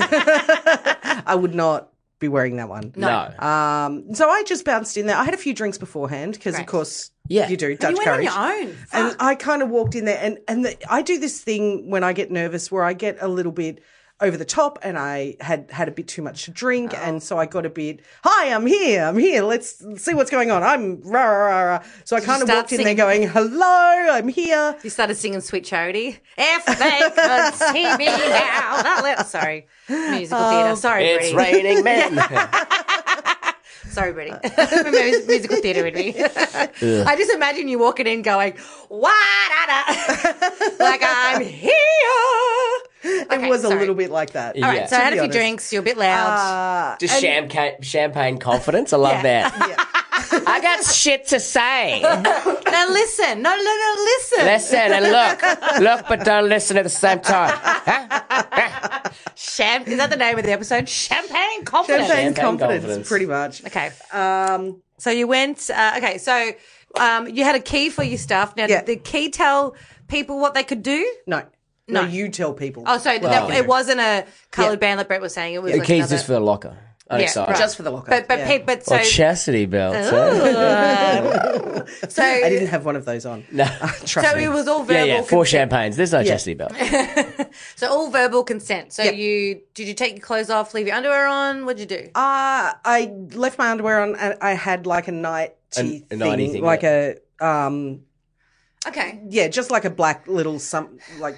Speaker 3: I would not be wearing that one.
Speaker 1: no.
Speaker 3: Um, so I just bounced in there. I had a few drinks beforehand because, of
Speaker 2: Right.
Speaker 3: course,
Speaker 1: Yeah.
Speaker 3: you do.
Speaker 2: you
Speaker 3: Dutch
Speaker 2: went
Speaker 3: courage.
Speaker 2: on your own
Speaker 3: and I kind of walked in there, and and the, I do this thing when I get nervous where I get a little bit over the top, and I had had a bit too much to drink,
Speaker 2: Oh.
Speaker 3: and so I got a bit. Hi, I'm here. I'm here. Let's see what's going on. I'm rah rah rah. rah. So I kind of
Speaker 2: start
Speaker 3: walked in there
Speaker 2: singing.
Speaker 3: going, "Hello, I'm here."
Speaker 2: you started singing sweet charity if they could see me now that little, sorry musical theater sorry
Speaker 1: Oh, It's
Speaker 2: Brie.
Speaker 1: raining men.
Speaker 2: Sorry, Brittany. Mus- musical theatre would be. I just imagine you walking in going, wah da da like I'm here.
Speaker 3: it was a little bit like that.
Speaker 2: All right,
Speaker 1: Yeah.
Speaker 2: so I had a
Speaker 3: be
Speaker 2: few
Speaker 3: honest.
Speaker 2: drinks, you're a bit loud.
Speaker 1: Just champagne, champagne confidence. I love that. I got shit to say.
Speaker 3: Uh.
Speaker 2: now listen. No, no, no, listen.
Speaker 1: Listen and look, look, but don't listen at the same time.
Speaker 2: Champ- is that the name of the episode? Champagne confidence.
Speaker 3: Champagne,
Speaker 1: Champagne
Speaker 3: confidence,
Speaker 1: confidence.
Speaker 3: pretty much.
Speaker 2: Okay.
Speaker 3: Um,
Speaker 2: So you went, uh, okay, so um, you had a key for your stuff. Now,
Speaker 3: Yeah.
Speaker 2: did the key tell people what they could do?
Speaker 3: no, no, you tell people.
Speaker 2: Oh, sorry, that, it wasn't a coloured band like Brett was saying. It was
Speaker 1: The
Speaker 2: like
Speaker 1: keys
Speaker 2: another-
Speaker 1: just for the locker. I'm
Speaker 2: Yeah,
Speaker 1: excited.
Speaker 2: right.
Speaker 3: just for the locker.
Speaker 2: But but
Speaker 3: yeah.
Speaker 2: pe- but so
Speaker 1: Or chastity belt. eh?
Speaker 2: Ugh. so
Speaker 3: I didn't have one of those on.
Speaker 1: No.
Speaker 3: Trust
Speaker 2: so
Speaker 3: me.
Speaker 2: it was all
Speaker 1: Yeah,
Speaker 2: verbal.
Speaker 1: yeah. Four
Speaker 2: consent.
Speaker 1: champagnes. There's no chastity belt.
Speaker 2: So all verbal consent. So you did you take your clothes off, leave your underwear on? What'd you do?
Speaker 3: Uh, I left my underwear on and I had like a nighty
Speaker 1: An-
Speaker 3: thing,
Speaker 1: a nighty thing,
Speaker 3: like a um,
Speaker 2: Okay,
Speaker 3: yeah, just like a black little some like.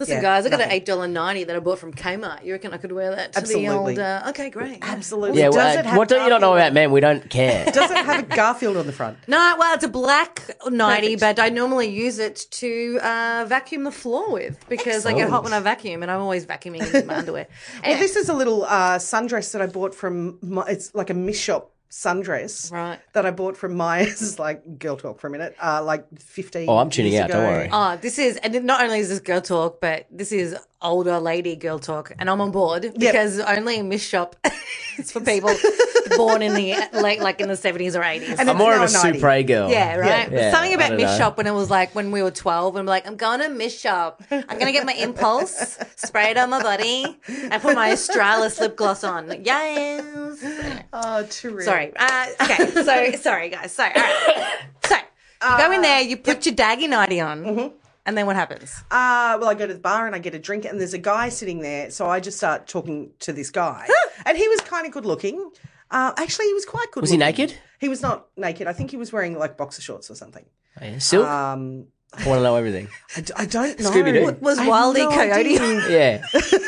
Speaker 2: listen,
Speaker 3: yeah,
Speaker 2: guys, I got an
Speaker 3: nothing.
Speaker 2: eight dollar ninety that I bought from Kmart. You reckon I could wear that to the old?
Speaker 3: Absolutely.
Speaker 2: Uh, okay, great.
Speaker 3: Absolutely.
Speaker 1: Yeah,
Speaker 3: Does
Speaker 1: well,
Speaker 3: it
Speaker 1: uh,
Speaker 3: have
Speaker 1: what don't you not know
Speaker 3: Garfield-
Speaker 1: about men? We don't care.
Speaker 3: Does it have a Garfield on the front?
Speaker 2: No, well, it's a black ninety, but I normally use it to uh, vacuum the floor with because I get hot when I vacuum, and I'm always vacuuming in my underwear. Anyway,
Speaker 3: This is a little uh, sundress that I bought from. My, it's like a miss shop sundress,
Speaker 2: Right.
Speaker 3: That I bought from Myers. Like girl talk for a minute. Uh, like fifteen.
Speaker 1: Oh, I'm tuning
Speaker 3: years
Speaker 1: out, don't
Speaker 3: ago.
Speaker 1: worry.
Speaker 2: Oh, this is, and not only is this girl talk, but this is older lady girl talk, and I'm on board because only in Miss Shop it's for people born in the late, like in the 70s or 80s.
Speaker 3: And
Speaker 1: I'm
Speaker 3: it's
Speaker 1: more of
Speaker 3: now
Speaker 1: a
Speaker 3: 90.
Speaker 1: supre girl.
Speaker 2: yeah, right.
Speaker 1: Yeah,
Speaker 2: But Something
Speaker 1: I
Speaker 2: about
Speaker 1: don't
Speaker 2: Miss
Speaker 1: know.
Speaker 2: Shop when it was like when we were 12, and I'm like, I'm going to Miss Shop. I'm going to get my impulse, spray it on my body, and put my Australis lip gloss on. Yes.
Speaker 3: Oh, too real.
Speaker 2: Sorry. Uh, okay. So sorry, guys. Sorry. All right. So you go in there, you
Speaker 1: Uh,
Speaker 2: put your daggy nighty on,
Speaker 1: Mm-hmm.
Speaker 2: and then what happens?
Speaker 3: uh, well, I go to the bar and I get a drink, and there's a guy sitting there. So I just start talking to this guy, and he was kind of good looking. Uh, actually, he was quite good.
Speaker 1: Was he naked?
Speaker 3: He was not naked. I think he was wearing like boxer shorts or something.
Speaker 1: Oh, yeah. Silk?
Speaker 2: Ah.
Speaker 3: Um,
Speaker 1: I want to know everything.
Speaker 3: I, d- I don't know.
Speaker 1: Scooby-Doo.
Speaker 3: I
Speaker 2: Was
Speaker 3: have
Speaker 2: Wild E. Coyote-
Speaker 3: idea.
Speaker 1: Yeah.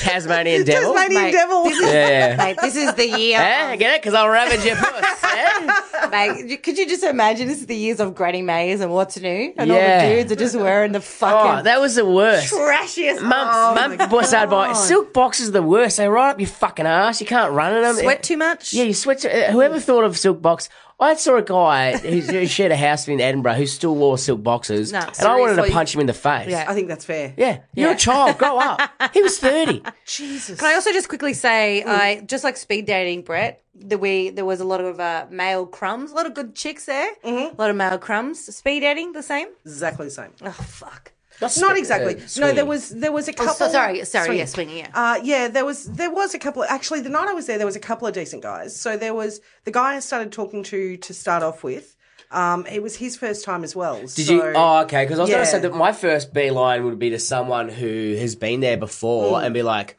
Speaker 1: Tasmanian devil.
Speaker 3: Tasmanian
Speaker 2: Mate,
Speaker 3: devil.
Speaker 2: this is-
Speaker 1: Yeah.
Speaker 2: Mate, this is the year.
Speaker 1: Eh, get it? Because I'll ravage your puss. eh?
Speaker 2: of- mate, you- could you just imagine this is the years of Granny Mays and what's new? And all
Speaker 1: Yeah.
Speaker 2: the dudes are just wearing the fucking
Speaker 1: Oh, that was the worst.
Speaker 2: trashiest.
Speaker 1: Mum,
Speaker 2: Oh
Speaker 1: mum, boss out by silk boxes are the worst. They ride up your fucking ass. You can't run in them.
Speaker 2: Sweat too much?
Speaker 1: Yeah, you sweat. To, uh, whoever thought of silk box? I saw a guy who who shared a house in Edinburgh who still wore silk boxes,
Speaker 2: No,
Speaker 1: and I wanted to
Speaker 2: seriously.
Speaker 1: punch him in the face.
Speaker 2: Yeah.
Speaker 3: I think that's fair.
Speaker 1: Yeah, you're a child. Grow up. He was thirty.
Speaker 3: Jesus.
Speaker 2: Can I also just quickly say, I just like speed dating Brett. That we there was a lot of uh, male crumbs, a lot of good chicks there, a lot of male crumbs. Speed dating the same.
Speaker 3: exactly the same.
Speaker 2: Oh fuck.
Speaker 1: That's
Speaker 3: Not
Speaker 1: sp-
Speaker 3: exactly.
Speaker 1: uh,
Speaker 3: no,
Speaker 1: swinging.
Speaker 3: there was there was a couple.
Speaker 2: Oh, so- sorry, sorry,
Speaker 3: Swinging.
Speaker 2: yeah, swinging, yeah.
Speaker 3: Uh, yeah, there was there was a couple. actually, the night I was there, there was a couple of decent guys. So there was the guy I started talking to to start off with. Um, it was his first time as well.
Speaker 1: Did
Speaker 3: so,
Speaker 1: you? Oh,
Speaker 2: uh,
Speaker 1: okay. Because I was going to
Speaker 3: Yeah.
Speaker 1: say that my first beeline would be to someone who has been there before
Speaker 3: Hmm.
Speaker 1: and be like,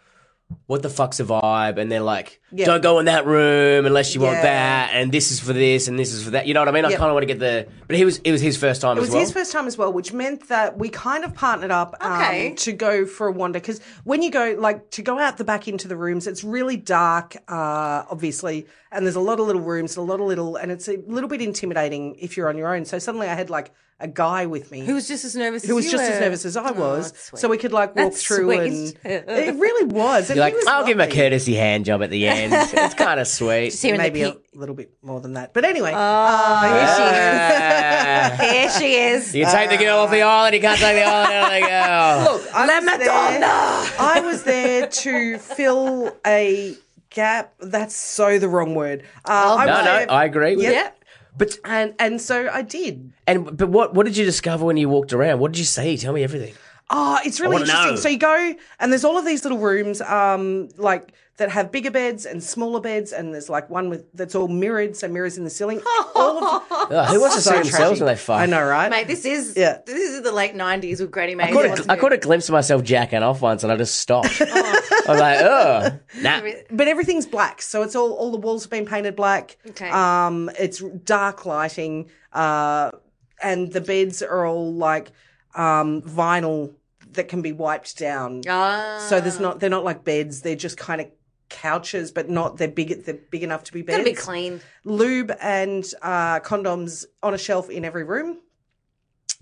Speaker 1: "What the fuck's a vibe?" And they're like,
Speaker 3: Yeah.
Speaker 1: "Don't go in that room unless you want
Speaker 3: Yeah.
Speaker 1: that." And this is for this, and this is for that. You know what I mean? I
Speaker 3: Yep.
Speaker 1: kind of want to get the. But he was. It was his first time
Speaker 3: It
Speaker 1: as
Speaker 3: was
Speaker 1: well.
Speaker 3: his first time as well, which meant that we kind of partnered up um,
Speaker 2: Okay.
Speaker 3: to go for a wander. Because when you go, like, to go out the back into the rooms, it's really dark, uh, obviously, and there's a lot of little rooms, a lot of little, and it's a little bit intimidating if you're on your own. So suddenly I had like a guy with me
Speaker 2: Who was just as nervous?
Speaker 3: who
Speaker 2: as
Speaker 3: was
Speaker 2: you
Speaker 3: just
Speaker 2: were.
Speaker 3: as nervous as I was,
Speaker 2: Oh, that's
Speaker 3: so we could like walk
Speaker 2: That's
Speaker 3: through
Speaker 2: sweet.
Speaker 3: and it really was. And
Speaker 1: You're like,
Speaker 3: he was
Speaker 1: I'll give him a
Speaker 3: lovely.
Speaker 1: courtesy hand job at the end. it's kind of sweet.
Speaker 2: Just hearing
Speaker 3: Maybe
Speaker 2: the Oh,
Speaker 3: a
Speaker 2: pe-
Speaker 3: little bit more than that, but anyway,
Speaker 1: Ah.
Speaker 2: There she is.
Speaker 1: you can take the girl off the island. You can't take the island out of the girl.
Speaker 3: Look, I was there. I was there to fill a gap. That's so the wrong word. Uh, I
Speaker 1: no,
Speaker 3: was
Speaker 1: no,
Speaker 3: there-
Speaker 1: I agree with
Speaker 3: Yeah.
Speaker 1: you. But
Speaker 3: And and so I did.
Speaker 1: and but what what did you discover when you walked around? What did you see? Tell me everything.
Speaker 3: Oh, it's really
Speaker 1: wanna
Speaker 3: interesting.
Speaker 1: know.
Speaker 3: So you go and there's all of these little rooms, um, like that have bigger beds and smaller beds, and there's like one with that's all mirrored, so mirrors in the ceiling. all of,
Speaker 1: Ugh, who wants to
Speaker 3: Oh, so
Speaker 1: see themselves
Speaker 3: trashy.
Speaker 1: when they fuck?
Speaker 3: I know, right?
Speaker 2: Mate, this is
Speaker 3: Yeah.
Speaker 2: this is the late nineties with Granny Mae.
Speaker 1: I caught, a, I caught a glimpse of myself jacking off once and I just stopped. I was like, oh, nah.
Speaker 3: But everything's black, so it's all all the walls have been painted black.
Speaker 2: Okay.
Speaker 3: Um, it's dark lighting, uh, and the beds are all like um vinyl that can be wiped down.
Speaker 2: Ah,
Speaker 3: So there's not they're not like beds. They're just kind of couches, but not they're big they're big enough to be beds.
Speaker 2: gotta be clean.
Speaker 3: Lube and uh, condoms on a shelf in every room.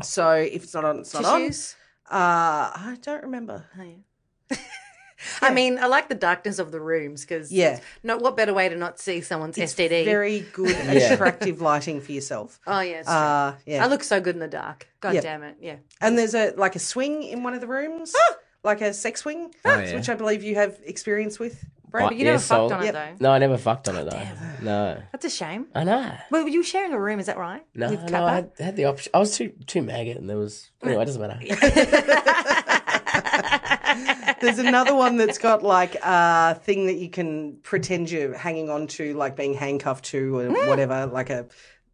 Speaker 3: So if it's not on, it's not
Speaker 2: Tissues.
Speaker 3: on. Uh, I don't remember.
Speaker 2: Oh, I mean, I like the darkness of the rooms because
Speaker 3: Yeah.
Speaker 2: no, what better way to not see someone's STD?
Speaker 3: Very good,
Speaker 1: Yeah.
Speaker 3: attractive lighting for yourself.
Speaker 2: oh yeah, it's true.
Speaker 3: Uh, yeah.
Speaker 2: I look so good in the dark. God
Speaker 3: Yep.
Speaker 2: damn it, yeah.
Speaker 3: And there's a like a swing in one of the rooms,
Speaker 2: Ah!
Speaker 3: like a sex swing,
Speaker 1: Oh, yeah.
Speaker 3: which I believe you have experience with.
Speaker 1: Right,
Speaker 2: But you never
Speaker 1: yeah, so-
Speaker 2: fucked on
Speaker 3: Yep.
Speaker 2: it though.
Speaker 1: No, I never fucked on it though. No.
Speaker 2: That's a shame.
Speaker 1: I know.
Speaker 2: Well, you were sharing a room, is that right?
Speaker 1: No,
Speaker 2: With
Speaker 1: no, I
Speaker 2: Kappa?
Speaker 1: had, I had the option. I was too too maggot and there was. Anyway, it doesn't matter.
Speaker 3: There's another one that's got like a thing that you can pretend you're hanging on to, like being handcuffed to or
Speaker 2: Mm.
Speaker 3: whatever, like a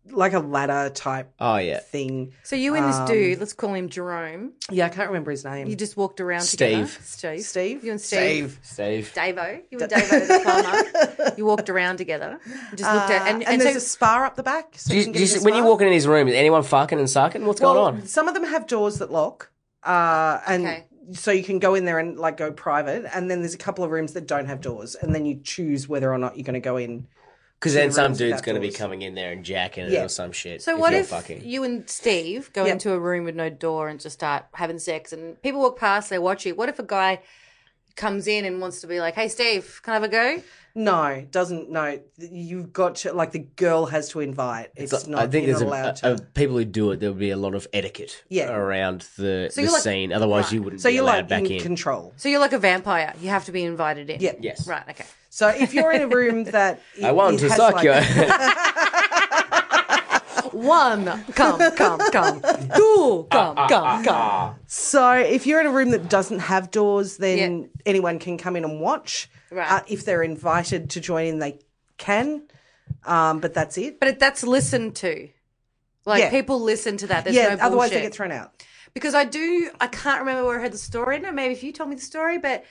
Speaker 3: like a ladder type
Speaker 1: Oh, yeah.
Speaker 3: thing.
Speaker 2: So you and this dude, let's call him Jerome.
Speaker 3: Yeah, I can't remember his name.
Speaker 2: You just walked around together.
Speaker 1: Steve.
Speaker 2: Steve.
Speaker 3: Steve?
Speaker 2: You and Steve.
Speaker 1: Steve.
Speaker 2: Davo. You and Davo the plumber. You walked around together. You just looked at and,
Speaker 3: Uh, and,
Speaker 2: Uh, and,
Speaker 3: there's a
Speaker 2: so
Speaker 3: spa up the back. So
Speaker 1: Do
Speaker 3: you
Speaker 1: you,
Speaker 3: can
Speaker 1: do
Speaker 3: get
Speaker 1: you
Speaker 3: in
Speaker 1: see-
Speaker 3: the
Speaker 1: when you
Speaker 3: spa.
Speaker 1: walk in these rooms, is anyone fucking and sucking? What's
Speaker 3: Well,
Speaker 1: going on?
Speaker 3: Some of them have doors that lock, uh, and
Speaker 2: Okay.
Speaker 3: so you can go in there and like go private. And then there's a couple of rooms that don't have doors, and then you choose whether or not you're going to go in.
Speaker 1: Because then
Speaker 3: the
Speaker 1: some
Speaker 3: rooms
Speaker 1: dude's
Speaker 3: without
Speaker 1: going to be
Speaker 3: doors.
Speaker 1: coming in there and jacking it
Speaker 3: Yeah.
Speaker 1: or some shit.
Speaker 2: so what
Speaker 1: you're
Speaker 2: if
Speaker 1: fucking.
Speaker 2: you and Steve go
Speaker 3: Yep.
Speaker 2: into a room with no door and just start having sex and people walk past, they watch you. What if a guy comes in and wants to be like, Hey Steve, can I have a go?
Speaker 3: No, doesn't. No, you've got to like the girl has to invite. It's,
Speaker 1: But
Speaker 3: not.
Speaker 1: I think
Speaker 3: you're
Speaker 1: there's
Speaker 3: not allowed
Speaker 1: a,
Speaker 3: to.
Speaker 1: a, a- people who do it. There would be a lot of etiquette
Speaker 3: Yeah.
Speaker 1: around the,
Speaker 2: So
Speaker 1: the
Speaker 2: you're like-
Speaker 1: scene. Otherwise, you wouldn't
Speaker 3: so
Speaker 1: be
Speaker 3: you're
Speaker 1: allowed
Speaker 3: like
Speaker 1: back
Speaker 3: in,
Speaker 1: in.
Speaker 3: control.
Speaker 2: So you're like a vampire. You have to be invited in.
Speaker 3: Yeah.
Speaker 1: Yes.
Speaker 2: Right, okay.
Speaker 3: So if you're in a room that
Speaker 1: I want to suck you.
Speaker 2: One, come, come, come. Two,
Speaker 3: Ah,
Speaker 2: come, come, come.
Speaker 3: So if you're in a room that doesn't have doors, then anyone can come in and watch.
Speaker 2: Right.
Speaker 3: Uh, if they're invited to join in, they can. Um, but that's it.
Speaker 2: But it- that's listened to. Like
Speaker 3: Yeah.
Speaker 2: people listen to that. There's
Speaker 3: yeah.
Speaker 2: no
Speaker 3: otherwise, they
Speaker 2: bullshit.
Speaker 3: get thrown out.
Speaker 2: because I do. I can't remember where I heard the story. I don't know maybe if you told me the story, but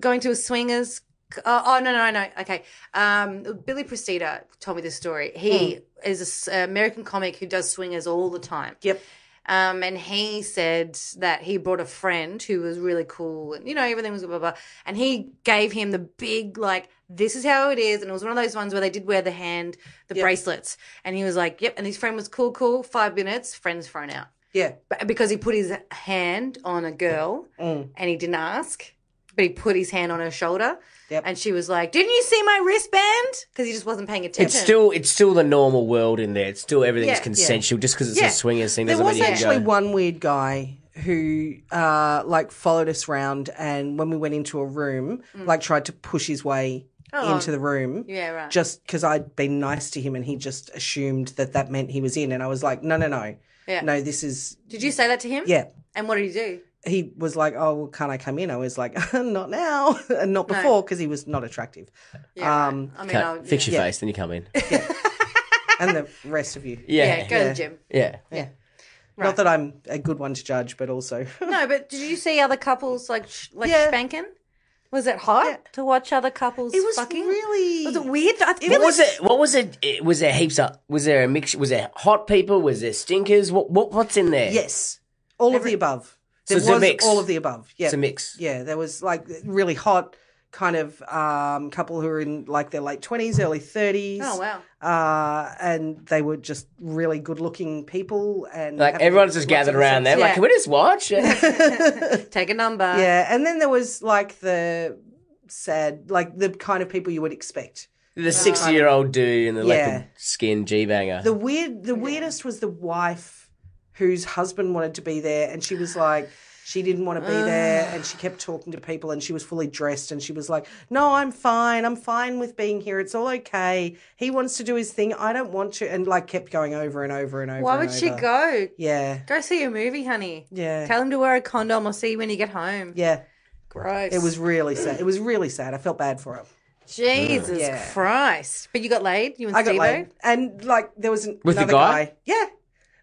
Speaker 2: going to a swingers. Uh, oh no no no okay. Um, Billy Presida told me this story. He is an American comic who does swingers all the time.
Speaker 3: Hmm. Yep.
Speaker 2: Um, and he said that he brought a friend who was really cool, and you know everything was blah blah. blah. And he gave him the big like, this is how it is, and it was one of those ones where they did wear the hand, the bracelets, and he was like, yep. And his friend was cool, cool. Five minutes, friend's thrown out.
Speaker 3: Yeah.
Speaker 2: But because he put his hand on a girl and he didn't ask, but he put his hand on her shoulder.
Speaker 3: Yep.
Speaker 2: And she was like, Didn't you see my wristband? Because he just wasn't paying attention.
Speaker 1: It's still it's still the normal world in there. It's still everything's
Speaker 2: Yeah.
Speaker 1: consensual. Just because it's
Speaker 2: Yeah.
Speaker 1: a swinging scene
Speaker 3: There
Speaker 1: doesn't mean
Speaker 3: was
Speaker 1: you can
Speaker 3: actually
Speaker 1: go.
Speaker 3: one weird guy who uh, like followed us round and when we went into a room, like tried to push his way into the room.
Speaker 2: Mm. Oh. Yeah, right.
Speaker 3: Just because I'd been nice to him and he just assumed that that meant he was in. And I was like, no, no, no.
Speaker 2: Yeah.
Speaker 3: No, this is,
Speaker 2: Did you say that to him?
Speaker 3: yeah.
Speaker 2: And what did he do?
Speaker 3: He was like, oh, well, can I come in? I was like, not now. and not before because he was not attractive.
Speaker 2: Yeah,
Speaker 3: Um,
Speaker 2: right. I mean,
Speaker 1: Cut.
Speaker 2: I'll,
Speaker 1: Fix
Speaker 2: yeah.
Speaker 1: your face, then you come in.
Speaker 3: and the rest of you.
Speaker 1: Yeah.
Speaker 2: Yeah, go to the gym.
Speaker 1: Yeah.
Speaker 3: Yeah. Not that I'm a good one to judge, but also.
Speaker 2: No, but did you see other couples like sh- like
Speaker 3: Yeah.
Speaker 2: spanking? Was it hot to watch other couples
Speaker 3: it was
Speaker 2: fucking?
Speaker 3: really.
Speaker 2: Was it weird? I feel
Speaker 1: What
Speaker 2: like-
Speaker 1: was it? What was it? it- Was there heaps of? Was there a mix? Was there hot people? Was there stinkers? What? What? What's in there?
Speaker 3: Yes. All of the above.
Speaker 1: So
Speaker 3: There
Speaker 1: it's a
Speaker 3: was
Speaker 1: mix.
Speaker 3: all of the above. Yeah.
Speaker 1: It's a mix.
Speaker 3: Yeah, there was like really hot kind of um, couple who were in like their late 20s, early 30s.
Speaker 2: Oh wow.
Speaker 3: Uh, and they were just really good looking people. And
Speaker 1: Like
Speaker 3: having
Speaker 1: everyone's just
Speaker 3: lots
Speaker 1: gathered
Speaker 3: of
Speaker 1: around
Speaker 3: sex.
Speaker 1: there. Like,
Speaker 2: Yeah.
Speaker 1: can we just watch?
Speaker 2: Take a number.
Speaker 3: Yeah. And then there was like the sad, like the kind of people you would expect.
Speaker 1: the sixty-year-old dude in the
Speaker 3: Yeah.
Speaker 1: leopard skin g banger.
Speaker 3: The weird, the weirdest was the wife whose husband wanted to be there, and she was like, she didn't want to be there, and she kept talking to people, and she was fully dressed, and she was like, "No, I'm fine. I'm fine with being here. It's all okay. He wants to do his thing. I don't want to," and like kept going over and over and over.
Speaker 2: Why
Speaker 3: and
Speaker 2: would she
Speaker 3: over.
Speaker 2: go?
Speaker 3: Yeah,
Speaker 2: Go see a movie, honey.
Speaker 3: Yeah.
Speaker 2: Tell him to wear a condom. I'll see you when you get home.
Speaker 3: yeah.
Speaker 2: Gross.
Speaker 3: It was really sad. It was really sad. I felt bad for her.
Speaker 2: Jesus
Speaker 3: Yeah.
Speaker 2: Christ. But you got laid. You and
Speaker 3: I got
Speaker 2: Steve-O?
Speaker 3: laid, and like there was an,
Speaker 1: With the
Speaker 3: another
Speaker 1: guy?
Speaker 3: Yeah,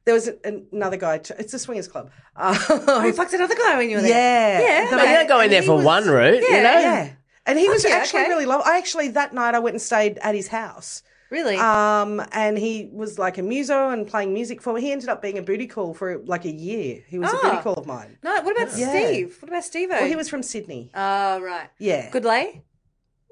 Speaker 3: there was an, another guy. Too. It's a swingers club. Um,
Speaker 2: Oh, he fucked another guy when you were there.
Speaker 3: Yeah.
Speaker 2: Yeah.
Speaker 3: The
Speaker 1: I mean, you don't go in
Speaker 3: and
Speaker 1: there
Speaker 3: he
Speaker 1: for
Speaker 3: was-
Speaker 1: one route, you know.
Speaker 3: Yeah. And he was
Speaker 2: yeah,
Speaker 3: actually
Speaker 2: okay.
Speaker 3: really lovely. I actually, that night, I went and stayed at his house.
Speaker 2: Really?
Speaker 3: Um, and he was like a muso and playing music for me. He ended up being a booty call for like a year. He was a booty
Speaker 2: Oh.
Speaker 3: call of mine.
Speaker 2: no, what about
Speaker 3: Yeah.
Speaker 2: Steve? What about Steve?
Speaker 3: Well, he was from Sydney.
Speaker 2: Oh, right.
Speaker 3: yeah.
Speaker 2: Good lay?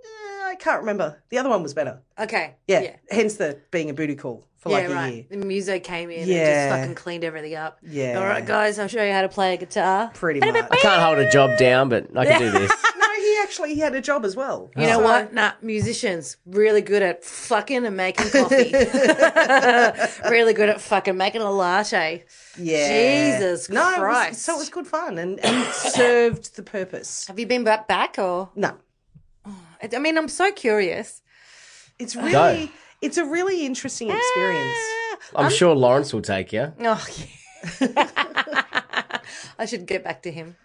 Speaker 3: Eh, I can't remember. The other one was better.
Speaker 2: Okay.
Speaker 3: Yeah. Hence the being a booty call for like
Speaker 2: yeah,
Speaker 3: a
Speaker 2: right.
Speaker 3: year.
Speaker 2: The muso came in and
Speaker 3: Yeah.
Speaker 2: just fucking cleaned everything up.
Speaker 3: Yeah.
Speaker 2: All right, guys, I'll show you how to play a guitar.
Speaker 3: Pretty much.
Speaker 1: I can't hold a job down, but I can do this.
Speaker 3: no, he actually he had a job as well.
Speaker 2: You know what? Nah, musicians really good at fucking and making coffee. really good at fucking making a latte.
Speaker 3: Yeah.
Speaker 2: Jesus
Speaker 3: no, it was-
Speaker 2: Christ.
Speaker 3: so it was good fun and, and served the purpose.
Speaker 2: Have you been ba- back or?
Speaker 3: No.
Speaker 2: I I mean, I'm so curious.
Speaker 3: It's really, it's a really interesting
Speaker 2: Eh,
Speaker 3: experience.
Speaker 1: I'm sure Lawrence will take you.
Speaker 2: Oh, yeah. I should get back to him.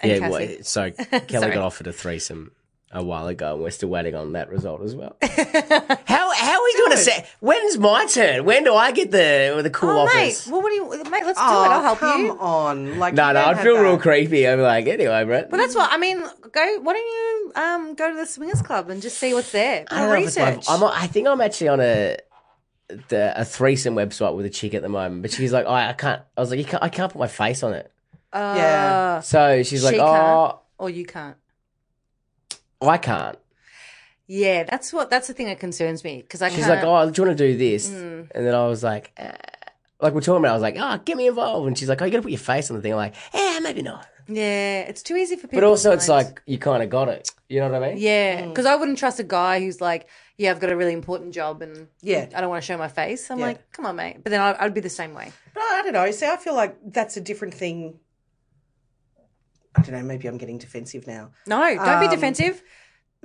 Speaker 2: And
Speaker 1: Yeah.
Speaker 2: Cassie.
Speaker 1: Well, so Kelly got offered a threesome a while ago, and we're still waiting on that result as well. how How are we doing a set? When's my turn? When do I get the the cool
Speaker 2: Oh, mate.
Speaker 1: offers?
Speaker 2: Well, what do you, mate? Let's
Speaker 3: Oh,
Speaker 2: do it. I'll help
Speaker 3: come
Speaker 2: you.
Speaker 3: on. Like,
Speaker 1: No,
Speaker 3: you
Speaker 1: no,
Speaker 3: don't
Speaker 1: I'd
Speaker 3: have
Speaker 1: feel
Speaker 3: that.
Speaker 1: real creepy. I'm like, anyway, Brett.
Speaker 2: But that's what I mean. Go. Why don't you um go to the swingers club and just see what's there?
Speaker 1: I don't know if it's my-
Speaker 2: research.
Speaker 1: I'm, on- I think I'm actually on a the, a threesome website with a chick at the moment, but she's like, oh, I can't. I was like, you can't, I can't put my face on it.
Speaker 3: Yeah.
Speaker 2: Uh,
Speaker 1: So she's like,
Speaker 2: She
Speaker 1: oh,
Speaker 2: or you can't.
Speaker 1: I can't.
Speaker 2: Yeah, that's what. That's the thing that concerns me because I
Speaker 1: She's
Speaker 2: can't.
Speaker 1: like, oh, do you want to do this? And then I was like, eh. like we're talking about. it, I was like, oh, get me involved. And she's like, oh, you got to put your face on the thing. I'm like, eh, maybe not.
Speaker 2: yeah, it's too easy for people.
Speaker 1: But also, it's
Speaker 2: sometimes.
Speaker 1: like you kind of got it. You know what I mean?
Speaker 2: yeah,
Speaker 3: Mm.
Speaker 2: because I wouldn't trust a guy who's like, yeah, I've got a really important job and
Speaker 3: Yeah.
Speaker 2: I don't want to show my face. I'm
Speaker 3: Yeah.
Speaker 2: like, come on, mate. But then I, I'd be the same way.
Speaker 3: But I don't know. See, I feel like that's a different thing. I don't know. Maybe I'm getting defensive now.
Speaker 2: No, don't
Speaker 3: Um,
Speaker 2: be defensive.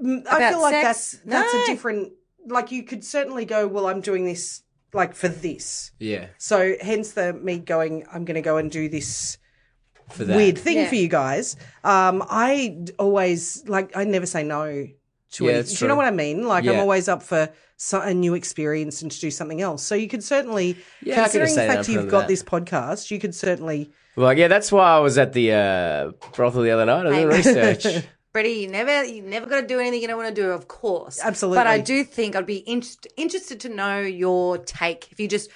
Speaker 3: Mm, I
Speaker 2: About
Speaker 3: feel like
Speaker 2: sex?
Speaker 3: that's that's
Speaker 2: No.
Speaker 3: a different. Like, you could certainly go. Well, I'm doing this like for this.
Speaker 1: Yeah.
Speaker 3: So, hence the me going. I'm going to go and do this
Speaker 1: For that.
Speaker 3: weird thing
Speaker 2: Yeah.
Speaker 3: for you guys. Um, I d- always like. I never say no. To
Speaker 1: Yeah,
Speaker 3: any,
Speaker 1: that's
Speaker 3: do you know
Speaker 1: true.
Speaker 3: what I mean? Like, I'm
Speaker 1: Yeah.
Speaker 3: always up for so, a new experience and to do something else. So you could certainly,
Speaker 1: Yeah, I could
Speaker 3: considering
Speaker 1: have
Speaker 3: the
Speaker 1: stayed
Speaker 3: fact
Speaker 1: up
Speaker 3: you've
Speaker 1: under
Speaker 3: got
Speaker 1: that.
Speaker 3: this podcast, you could certainly
Speaker 1: Well, yeah, that's why I was at the uh, brothel the other night. I did research.
Speaker 2: Brady, you never, you never got to do anything you don't want to do, of course.
Speaker 3: Absolutely.
Speaker 2: But I do think I'd be interest, interested to know your take if you just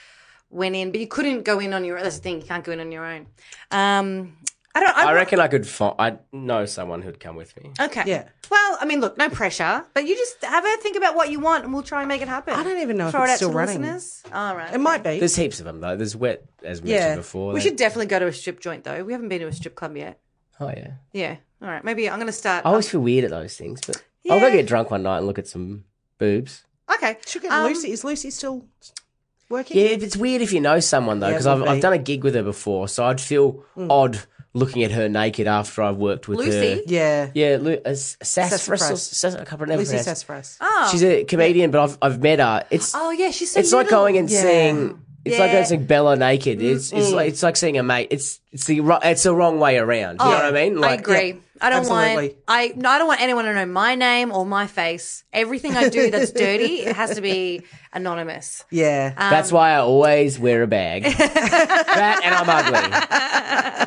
Speaker 2: went in, but you couldn't go in on your own. That's the thing, you can't go in on your own. Um, I don't. I'm
Speaker 1: I
Speaker 2: not-
Speaker 1: reckon I could find. I know someone who'd come with me.
Speaker 2: Okay.
Speaker 3: Yeah.
Speaker 2: Well, I mean, look, no pressure, but you just have her think about what you want, and we'll try and make it happen. I
Speaker 3: don't even know if
Speaker 2: Throw
Speaker 3: it's
Speaker 2: it out
Speaker 3: still
Speaker 2: to the
Speaker 3: running.
Speaker 2: listeners. All right.
Speaker 3: It might be.
Speaker 1: There's heaps of them though. There's wet, as mentioned
Speaker 3: Yeah.
Speaker 1: before.
Speaker 2: We
Speaker 1: They-
Speaker 2: should definitely go to a strip joint though. We haven't been to a strip club yet.
Speaker 1: Oh yeah.
Speaker 2: Yeah. All right. Maybe I'm gonna start.
Speaker 1: I always feel weird at those things, but I'll go
Speaker 2: Yeah.
Speaker 1: get drunk one night and look at some boobs.
Speaker 2: okay.
Speaker 3: Should Oh, get
Speaker 2: Um,
Speaker 3: Lucy. Is Lucy still working?
Speaker 1: Yeah, if it's weird if you know someone though,
Speaker 3: Yeah, it
Speaker 1: because
Speaker 3: would
Speaker 1: I've, I've
Speaker 3: be.
Speaker 1: done a gig with her before, so I'd feel odd looking at her naked after I've worked with her.
Speaker 2: Lucy?
Speaker 3: Yeah.
Speaker 1: Yeah, Lu- uh, S- Sassafras. or
Speaker 3: Sassafras.
Speaker 1: Sass- I can't remember.
Speaker 3: Lucy
Speaker 1: pronounce-
Speaker 3: Sassafras.
Speaker 2: Oh,
Speaker 1: She's a comedian, but I've I've met her. It's
Speaker 2: oh yeah, she's so.
Speaker 1: it's like
Speaker 2: little.
Speaker 1: going and
Speaker 3: Yeah.
Speaker 1: seeing. It's like going
Speaker 2: Yeah.
Speaker 1: and seeing Bella naked. It's it's like it's like seeing a mate. It's it's the ro- it's the wrong way around. You know what I mean?
Speaker 2: I agree. I don't want.
Speaker 3: absolutely.
Speaker 2: I no, I don't want anyone to know my name or my face. Everything I do that's dirty, it has to be anonymous.
Speaker 3: Yeah.
Speaker 2: Um,
Speaker 1: That's why I always wear a bag. that and I'm ugly.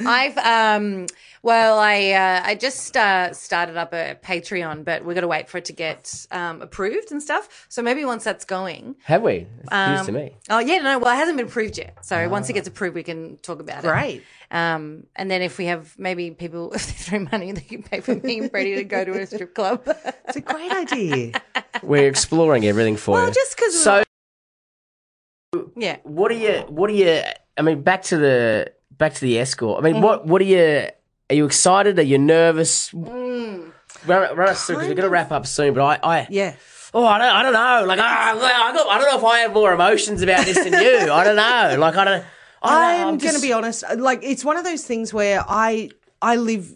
Speaker 2: I've um. Well, I uh, I just uh, started up a Patreon, but we're gonna wait for it to get um, approved and stuff. So maybe once that's going,
Speaker 1: Have we? It's news
Speaker 3: Um,
Speaker 1: to me.
Speaker 2: oh yeah, no, well it hasn't been approved yet. So once it gets approved, we can talk about it.
Speaker 3: Great.
Speaker 2: Um, and then if we have maybe people if they throw money, they can pay for me and Brady to go to a strip club.
Speaker 3: It's a great idea.
Speaker 1: We're exploring everything for
Speaker 2: well,
Speaker 1: you.
Speaker 2: just because.
Speaker 1: so
Speaker 2: yeah.
Speaker 1: what are you? What are you? I mean, back to the back to the escort. I mean, what what are you? Are you excited? Are you nervous? Run, run us through because we're going to wrap up soon. But I, I
Speaker 3: Hmm. Yeah.
Speaker 1: oh, I don't, I don't know. Like, ah, I, got, I don't know if I have more emotions about this than you. I don't know. Like, I don't. I
Speaker 3: I'm, going to be honest. uh, Like it's one of those things where I I live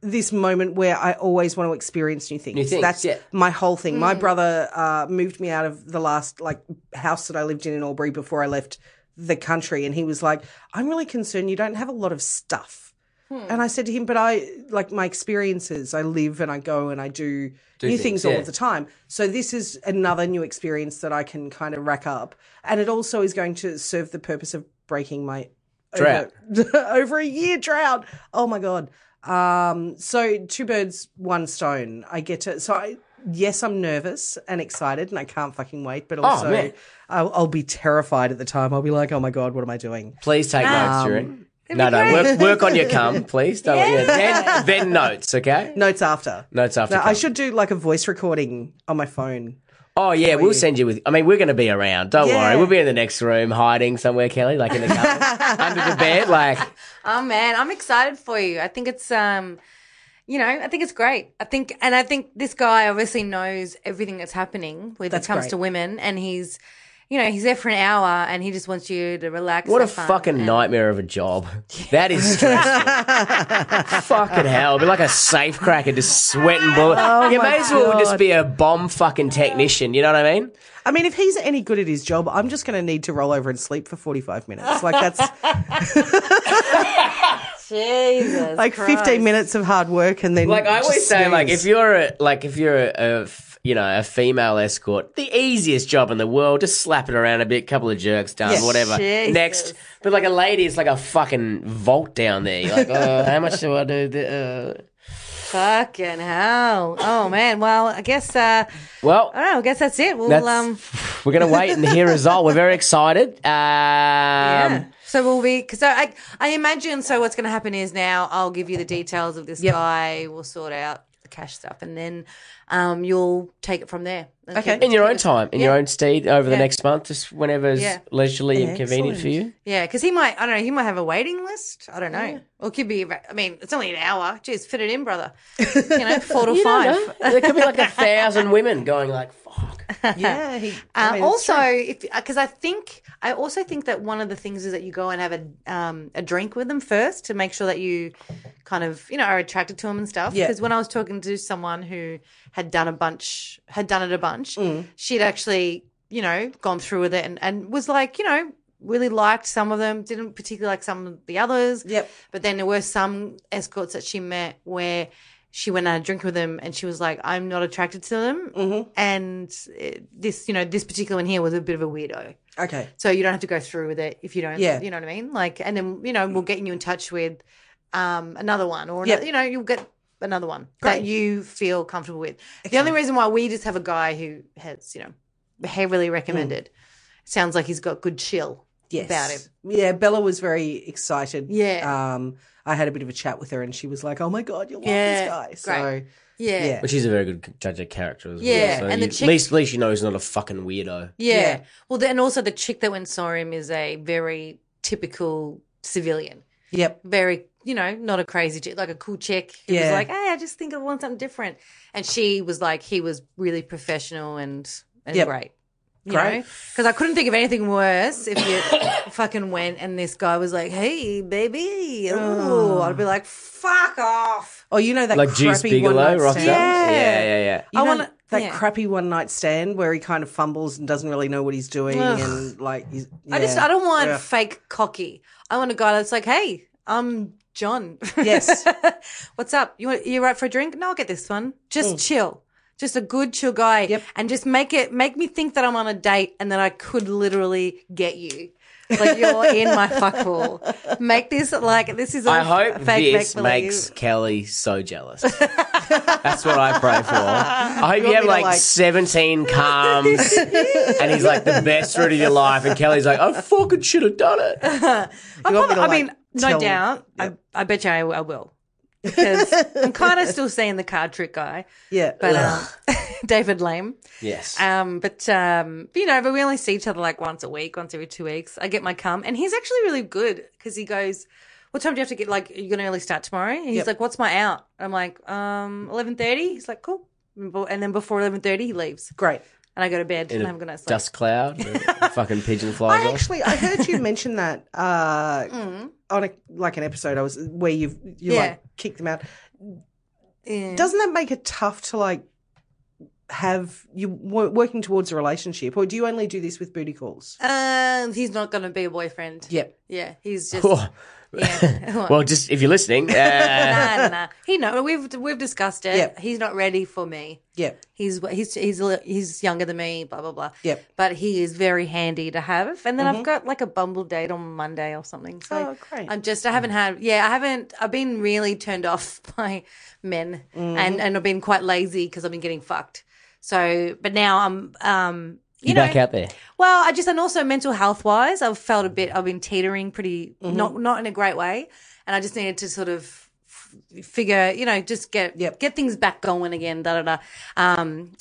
Speaker 3: this moment where I always want to experience new things.
Speaker 1: things,
Speaker 3: That's
Speaker 1: yeah.
Speaker 3: my whole thing. My brother uh, moved me out of the last like house that I lived in in Albury before I left the country, and he was like, "I'm really concerned you don't have a lot of stuff." And I said to him, "But I like my experiences. I live and I go and I do, new
Speaker 1: things,
Speaker 3: things, all
Speaker 1: yeah.
Speaker 3: the time." the time. So this is another new experience that I can kind of rack up, and it also is going to serve the purpose of breaking my
Speaker 1: Drought.
Speaker 3: over, over a year drought. Oh my god! Um, so two birds, one stone. I get to so I. Yes, I'm nervous and excited, and I can't fucking wait.
Speaker 1: Oh,
Speaker 3: But also,
Speaker 1: man.
Speaker 3: I'll, I'll be terrified at the time. I'll be like, "Oh my god, what am I doing?"
Speaker 1: Please take notes, during. No, no, work, work on your cum, please. Don't, yeah. then, then notes, okay?
Speaker 3: Notes after.
Speaker 1: Notes after.
Speaker 3: No,
Speaker 1: cum.
Speaker 3: I should do like a voice recording on my phone.
Speaker 1: Oh yeah, we'll send you with. I mean, we're going to be around. Don't
Speaker 3: Yeah.
Speaker 1: worry, we'll be in the next room, hiding somewhere, Kelly, like in the cupboard, under the bed, like.
Speaker 2: Oh man, I'm excited for you. I think it's um you know, I think it's great. I think and I think this guy obviously knows everything that's happening when it comes
Speaker 3: great.
Speaker 2: to women and he's you know, he's there for an hour and he just wants you to relax.
Speaker 1: What a
Speaker 2: have fun.
Speaker 1: fucking nightmare of a job. That is stressful. fucking hell. It'd be like a safe cracker just sweating bullets. you may as well just be a bomb fucking technician, you know what I mean?
Speaker 3: I mean, if he's any good at his job, I'm just going to need to roll over and sleep for 45 minutes. Like that's
Speaker 2: Jesus.
Speaker 3: like 15 minutes of hard work, and then
Speaker 1: Like I always
Speaker 3: just
Speaker 1: say, like
Speaker 3: snooze.
Speaker 1: if you're a like if you're a, a f- you know a female escort, the easiest job in the world, just slap it around a bit, couple of jerks done, whatever.
Speaker 2: Jesus.
Speaker 1: Next, but like a lady, it's like a fucking vault down there. You're like, oh, how much do I do? Th- uh?
Speaker 2: fucking hell. Oh man. Well, I guess uh
Speaker 1: Well,
Speaker 2: I don't know, I guess that's it. We'll
Speaker 1: that's,
Speaker 2: um
Speaker 1: we're gonna wait and hear result. We're very excited. Um,
Speaker 2: yeah. So we'll be because I I imagine so what's going to happen is now I'll give you the details of this guy. We'll sort out the cash stuff and then um you'll take it from there. And
Speaker 3: Okay.
Speaker 2: keep-
Speaker 1: In your own time, in your own steed, over the
Speaker 2: Yeah.
Speaker 1: next month, just whenever's
Speaker 2: Yeah.
Speaker 1: leisurely and convenient for you.
Speaker 2: Yeah, because he might, I don't know, he might have a waiting list. I don't know. Or it could be, I mean, it's only an hour. Jeez, fit it in, brother. You know, four to five.
Speaker 1: there could be like a thousand women going like, "Fuck."
Speaker 3: yeah, he, I
Speaker 2: Um,
Speaker 3: mean, it's
Speaker 2: also, if because I think I also think that one of the things is that you go and have a um, a drink with them first to make sure that you kind of you know are attracted to them and stuff.
Speaker 3: Yeah.
Speaker 2: Because when I was talking to someone who had done a bunch, had done it a bunch,
Speaker 3: Mm.
Speaker 2: she'd actually you know gone through with it and, and was like you know really liked some of them, didn't particularly like some of the others.
Speaker 3: Yep.
Speaker 2: But then there were some escorts that she met where she went out and drink with them and she was like, I'm not attracted to them.
Speaker 3: Mm-hmm.
Speaker 2: And uh, this, you know, this particular one here was a bit of a weirdo.
Speaker 3: okay.
Speaker 2: So you don't have to go through with it if you don't,
Speaker 3: Yeah.
Speaker 2: you know what I mean? Like, and then, you know, we'll get you in touch with um, another one or,
Speaker 3: Yep.
Speaker 2: another, you know, you'll get another one that you feel comfortable with. The only reason why we just have a guy who has, you know, heavily recommended
Speaker 3: Mm.
Speaker 2: sounds like he's got good chill
Speaker 3: Yes.
Speaker 2: about him.
Speaker 3: Yeah, Bella was very excited.
Speaker 2: Yeah.
Speaker 3: Um, I had a bit of a chat with her, and she was like, "Oh my god, you
Speaker 2: Yeah,
Speaker 3: like this guy."
Speaker 2: great.
Speaker 3: So yeah,
Speaker 1: But she's a very good judge of character as well.
Speaker 2: Yeah,
Speaker 1: so
Speaker 2: and
Speaker 1: you,
Speaker 2: the
Speaker 1: at
Speaker 2: chick-
Speaker 1: least, at least you know he's not a fucking weirdo.
Speaker 2: Yeah.
Speaker 3: Yeah.
Speaker 2: Well, then also the chick that went and saw him is a very typical civilian.
Speaker 3: yep.
Speaker 2: Very, you know, not a crazy chick, like a cool chick who was
Speaker 3: Yeah.
Speaker 2: like, hey, I just think I want something different. And she was like, he was really professional and, and
Speaker 3: Yep.
Speaker 2: great. You
Speaker 1: Great.
Speaker 2: Because I couldn't think of anything worse if you fucking went and this guy was like, hey, baby. Ooh. I'd be like, fuck off.
Speaker 3: Oh, you know that
Speaker 1: Like
Speaker 3: crappy
Speaker 1: Juice
Speaker 3: one
Speaker 1: Bigelow
Speaker 3: night
Speaker 1: rocks up.
Speaker 3: stand?
Speaker 1: Yeah,
Speaker 2: Yeah.
Speaker 1: yeah, yeah.
Speaker 3: You
Speaker 2: I
Speaker 3: know
Speaker 2: wanna-
Speaker 3: that
Speaker 2: yeah.
Speaker 3: crappy one night stand where he kind of fumbles and doesn't really know what he's doing and like. He's,
Speaker 2: I just,
Speaker 3: yeah.
Speaker 2: I don't want
Speaker 3: Yeah.
Speaker 2: fake cocky. I want a guy that's like, hey, I'm John.
Speaker 3: Yes.
Speaker 2: What's up? You want, you right for a drink? No, I'll get this one. Just chill. Just a good chill guy.
Speaker 3: Mm. Yep.
Speaker 2: And just make it make me think that I'm on a date and that I could literally get you. Like you're in my fuck hole. Make this like this is all
Speaker 1: I hope
Speaker 2: fake
Speaker 1: this
Speaker 2: make-believe.
Speaker 1: makes Kelly so jealous. That's what I pray for. I hope you, have
Speaker 3: want me to,
Speaker 1: like,
Speaker 3: like-
Speaker 1: 17 calms and he's like the best fruit of your life. And Kelly's like, I fucking should have done it.
Speaker 3: You want me to,
Speaker 2: I
Speaker 3: like,
Speaker 2: mean, no
Speaker 3: tell-
Speaker 2: doubt. I, I bet you I, I will. Because I'm kind of still seeing the card trick guy,
Speaker 3: Yeah.
Speaker 2: but um, David Lame.
Speaker 1: Yes.
Speaker 2: Um, but um, you know, but we only see each other like once a week, once every two weeks. I get my cum, and he's actually really good because he goes, "What time do you have to get? Like, you're gonna early start tomorrow?" And he's
Speaker 3: Yep.
Speaker 2: like, "What's my out?" I'm like, "Um, eleven 30. He's like, "Cool," and bo- and then before eleven thirty, he leaves,
Speaker 3: Great.
Speaker 2: and I go to bed,
Speaker 1: In
Speaker 2: and
Speaker 1: a
Speaker 2: I'm gonna sleep.
Speaker 1: dust cloud, a fucking pigeon flies
Speaker 3: I
Speaker 1: off.
Speaker 3: actually, I heard you mention that uh, on a, like an episode I was where you've you
Speaker 2: Yeah.
Speaker 3: like kicked them out.
Speaker 2: Yeah.
Speaker 3: Doesn't that make it tough to like have you wo- working towards a relationship, or do you only do this with booty calls?
Speaker 2: Um, he's not gonna be a boyfriend.
Speaker 3: Yep.
Speaker 2: yeah, he's just.
Speaker 1: Oh,
Speaker 2: yeah.
Speaker 1: well, just if you're listening, uh,
Speaker 2: nah, nah, nah. He know we've we've discussed it.
Speaker 3: Yep.
Speaker 2: He's not ready for me.
Speaker 3: Yep.
Speaker 2: he's he's he's a li- he's younger than me, blah blah blah.
Speaker 3: Yep. Mm-hmm.
Speaker 2: But he is very handy to have. And then I've got like a bumble date on Monday or something. So
Speaker 3: Oh, great.
Speaker 2: I'm just I haven't had yeah I haven't I've been really turned off by men
Speaker 3: Mm-hmm.
Speaker 2: and and I've been quite lazy because I've been getting fucked. So but now I'm um you
Speaker 1: you're
Speaker 2: know
Speaker 1: back out there.
Speaker 2: well, I just and also mental health wise, I've felt a bit. I've been teetering pretty
Speaker 3: Mm-hmm.
Speaker 2: not not in a great way, and I just needed to sort of f- figure, you know, just get
Speaker 3: Yep.
Speaker 2: get things back going again. Da da da. Um,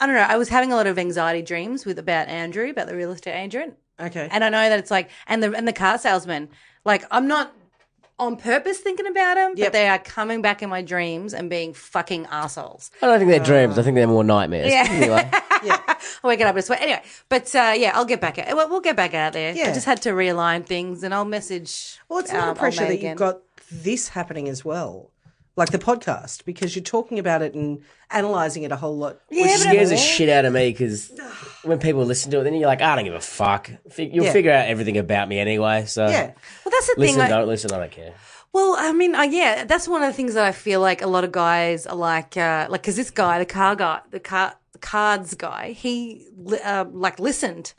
Speaker 2: I don't know. I was having a lot of anxiety dreams with about Andrew, about the real estate agent,
Speaker 3: Okay.
Speaker 2: and I know that it's like and the and the car salesman. Like I'm not on purpose thinking about them,
Speaker 3: Yep.
Speaker 2: but they are coming back in my dreams and being fucking assholes.
Speaker 1: I don't think they're dreams. I think they're more nightmares.
Speaker 2: Yeah.
Speaker 1: Anyway,
Speaker 2: I wake up and sweat. Anyway, but uh, yeah, I'll get back out. We'll, we'll get back out there.
Speaker 3: Yeah.
Speaker 2: I just had to realign things, and I'll message.
Speaker 3: Well, it's a lot
Speaker 2: um,
Speaker 3: of pressure
Speaker 2: Olmay
Speaker 3: that
Speaker 2: again.
Speaker 3: you've got this happening as well, like the podcast, because you're talking about it and analysing it a whole lot.
Speaker 1: which
Speaker 2: but
Speaker 1: scares the
Speaker 2: I'm-
Speaker 1: shit out of me because when people listen to it, then you're like, I don't give a fuck. Fig- You'll
Speaker 3: Yeah.
Speaker 1: figure out everything about me anyway. So
Speaker 3: Yeah.
Speaker 2: Well, that's the
Speaker 1: listen,
Speaker 2: thing. I,
Speaker 1: don't listen. I don't care.
Speaker 2: well, I mean, I, yeah, that's one of the things that I feel like a lot of guys are like, uh, like because this guy, the car guy, the car the cards guy, he li- uh, like listened.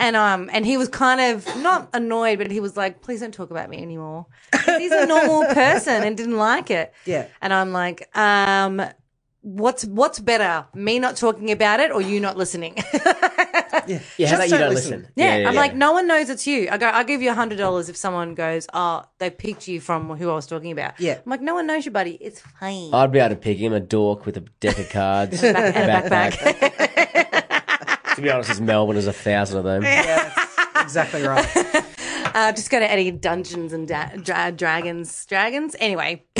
Speaker 2: And um and he was kind of not annoyed, but he was like, "Please don't talk about me anymore." 'Cause He's a normal person and didn't like it.
Speaker 3: Yeah.
Speaker 2: And I'm like, um, what's what's better, me not talking about it or you not listening?
Speaker 1: Yeah, how
Speaker 3: Just
Speaker 1: about you
Speaker 3: don't
Speaker 1: don't
Speaker 3: listen.
Speaker 1: listen.
Speaker 2: Yeah, I'm like, no one knows it's you. I go, I'll give you hundred dollars if someone goes, oh, they picked you from who I was talking about.
Speaker 3: Yeah.
Speaker 2: I'm like, no one knows you, buddy. It's fine.
Speaker 1: I'd be able to pick him a dork with a deck of cards
Speaker 2: and a backpack.
Speaker 1: backpack. to be honest, it's Melbourne. There's a thousand of them.
Speaker 3: Exactly right.
Speaker 2: uh, just go to any Dungeons and da- dra- Dragons. Dragons. Anyway,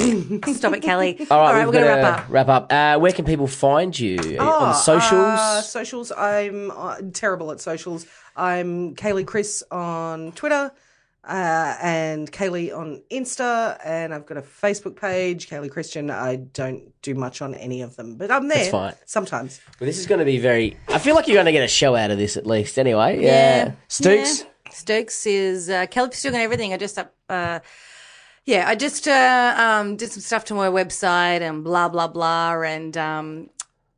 Speaker 2: stop it, Kelly.
Speaker 1: All right,
Speaker 2: we're
Speaker 1: we've
Speaker 2: gonna
Speaker 1: gotta
Speaker 2: wrap up.
Speaker 1: Wrap up. Uh, where can people find you on the socials?
Speaker 3: Uh, socials. I'm uh, terrible at socials. I'm Kaylee Chris on Twitter uh, and Kaylee on Insta, and I've got a Facebook page, Kaylee Christian. I don't do much on any of them, but I'm there
Speaker 1: fine.
Speaker 3: sometimes.
Speaker 1: Well, this is going to be very. I feel like you're going to get a show out of this at least. Anyway, yeah. Stooks.
Speaker 2: Yeah. Stokes is uh, Kelly Stokes and everything. I just up. Uh, yeah, I just uh, um, did some stuff to my website and blah blah blah and um,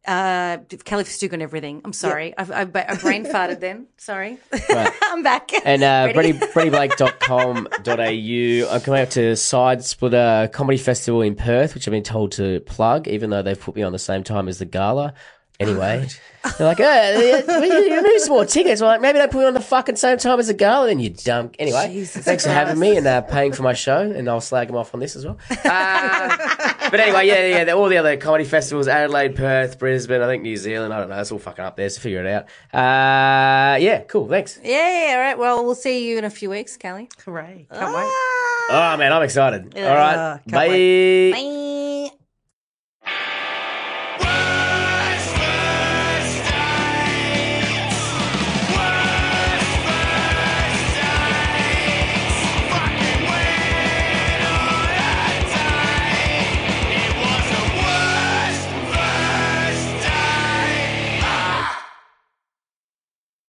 Speaker 2: uh, Kelly Stokes and everything. I'm sorry, I've I, I, brain farted then. Sorry, I'm back.
Speaker 1: And uh,
Speaker 2: Ready?
Speaker 1: BrettYBlake.com.au. I'm coming up to Side Splitter Comedy Festival in Perth, which I've been told to plug, even though they've put me on the same time as the gala. Anyway, they're like, oh, we, we need some more tickets. I'm like, maybe they put me on the fucking same time as the gala, then you dumb. Anyway, thanks for having me and uh, paying for my show, and I'll slag them off on this as well. Uh, But anyway, yeah, yeah, yeah, all the other comedy festivals Adelaide, Perth, Brisbane, I think New Zealand, I don't know, it's all fucking up there, so figure it out. Uh, yeah, cool, thanks.
Speaker 2: yeah, all right. Well, we'll see you in a few weeks, Kelly.
Speaker 3: Ah, Hooray! Can't wait.
Speaker 1: Oh man, I'm excited. All right.
Speaker 3: can't
Speaker 1: Bye.
Speaker 2: Bye.